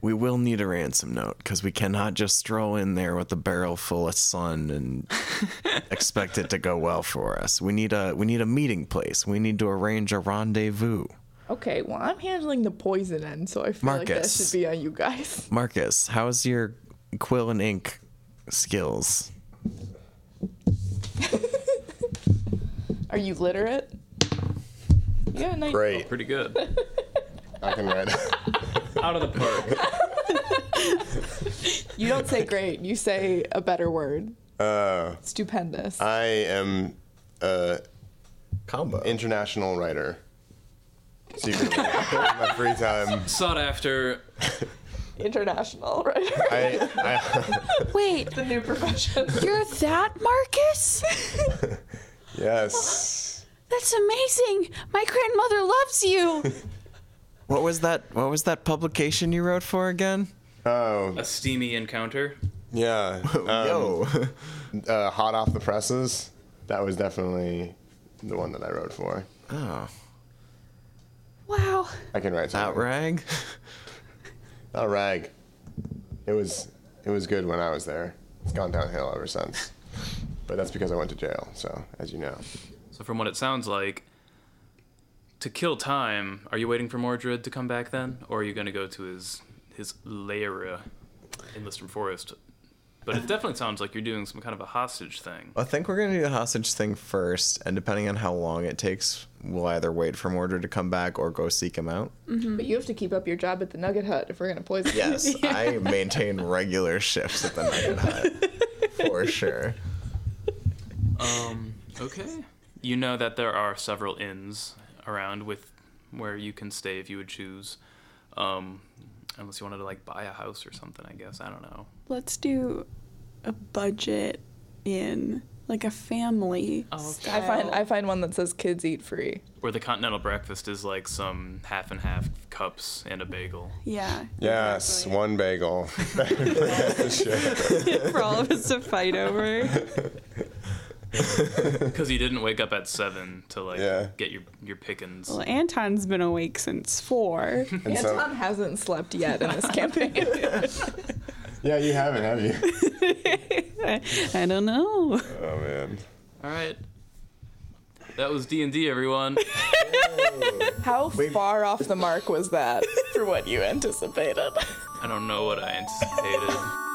Speaker 5: We will need a ransom note because we cannot just stroll in there with a barrel full of sun and expect it to go well for us. We need a we need a meeting place. We need to arrange a rendezvous.
Speaker 1: Okay, well, I'm handling the poison end, so I feel like that
Speaker 5: Marcus.
Speaker 1: should be on you guys.
Speaker 5: Marcus, how's your quill and ink skills?
Speaker 1: Are you literate? You got a nice-
Speaker 3: Great.
Speaker 2: Pretty good.
Speaker 3: I can write.
Speaker 2: Out of the park.
Speaker 1: You don't say great, you say a better word.
Speaker 3: Uh,
Speaker 1: Stupendous.
Speaker 3: I am a
Speaker 5: Combo.
Speaker 3: international writer. Secretly, in my free time.
Speaker 2: Sought after.
Speaker 1: International, right?
Speaker 3: I, I
Speaker 4: Wait,
Speaker 1: the new profession.
Speaker 4: you're that Marcus?
Speaker 3: yes.
Speaker 4: That's amazing. My grandmother loves you.
Speaker 5: What was that? What was that publication you wrote for again?
Speaker 3: Oh
Speaker 2: A steamy encounter.
Speaker 3: yeah. Um,
Speaker 5: Yo,
Speaker 3: uh, hot off the presses. That was definitely the one that I wrote for.
Speaker 5: oh,
Speaker 4: Wow.
Speaker 3: I can
Speaker 5: that
Speaker 3: write something.
Speaker 5: rag.
Speaker 3: Oh, rag. It was it was good when I was there. It's gone downhill ever since. But that's because I went to jail. So, as you know,
Speaker 2: So from what it sounds like, to kill time, are you waiting for Mordred to come back then, or are you going to go to his his lair in Listern Forest? But it definitely sounds like you're doing some kind of a hostage thing.
Speaker 5: I think we're gonna do the hostage thing first, and depending on how long it takes, we'll either wait for Mordred to come back or go seek him out.
Speaker 1: But you have to keep up your job at the Nugget Hut if we're gonna poison. you.
Speaker 5: Yes, I maintain regular shifts at the Nugget Hut for sure.
Speaker 2: Um, okay. You know that there are several inns around with where you can stay if you would choose. Um, unless you wanted to like buy a house or something, I guess. I don't know.
Speaker 6: Let's do a budget in like a family.
Speaker 2: Oh, okay.
Speaker 1: I find I find one that says kids eat free.
Speaker 2: Where the continental breakfast is like some half and half cups and a bagel.
Speaker 6: Yeah.
Speaker 3: yes, one bagel.
Speaker 6: For all of us to fight over.
Speaker 2: Because you didn't wake up at seven to like
Speaker 3: Yeah.
Speaker 2: get your your pickings.
Speaker 6: Well, Anton's been awake since four.
Speaker 3: And
Speaker 1: Anton
Speaker 3: so,
Speaker 1: hasn't slept yet in this campaign.
Speaker 3: yeah, you haven't, have you?
Speaker 6: I don't know.
Speaker 3: Oh man.
Speaker 2: All right, that was D and D, everyone.
Speaker 1: How far off the mark was that for what you anticipated?
Speaker 2: I don't know what I anticipated.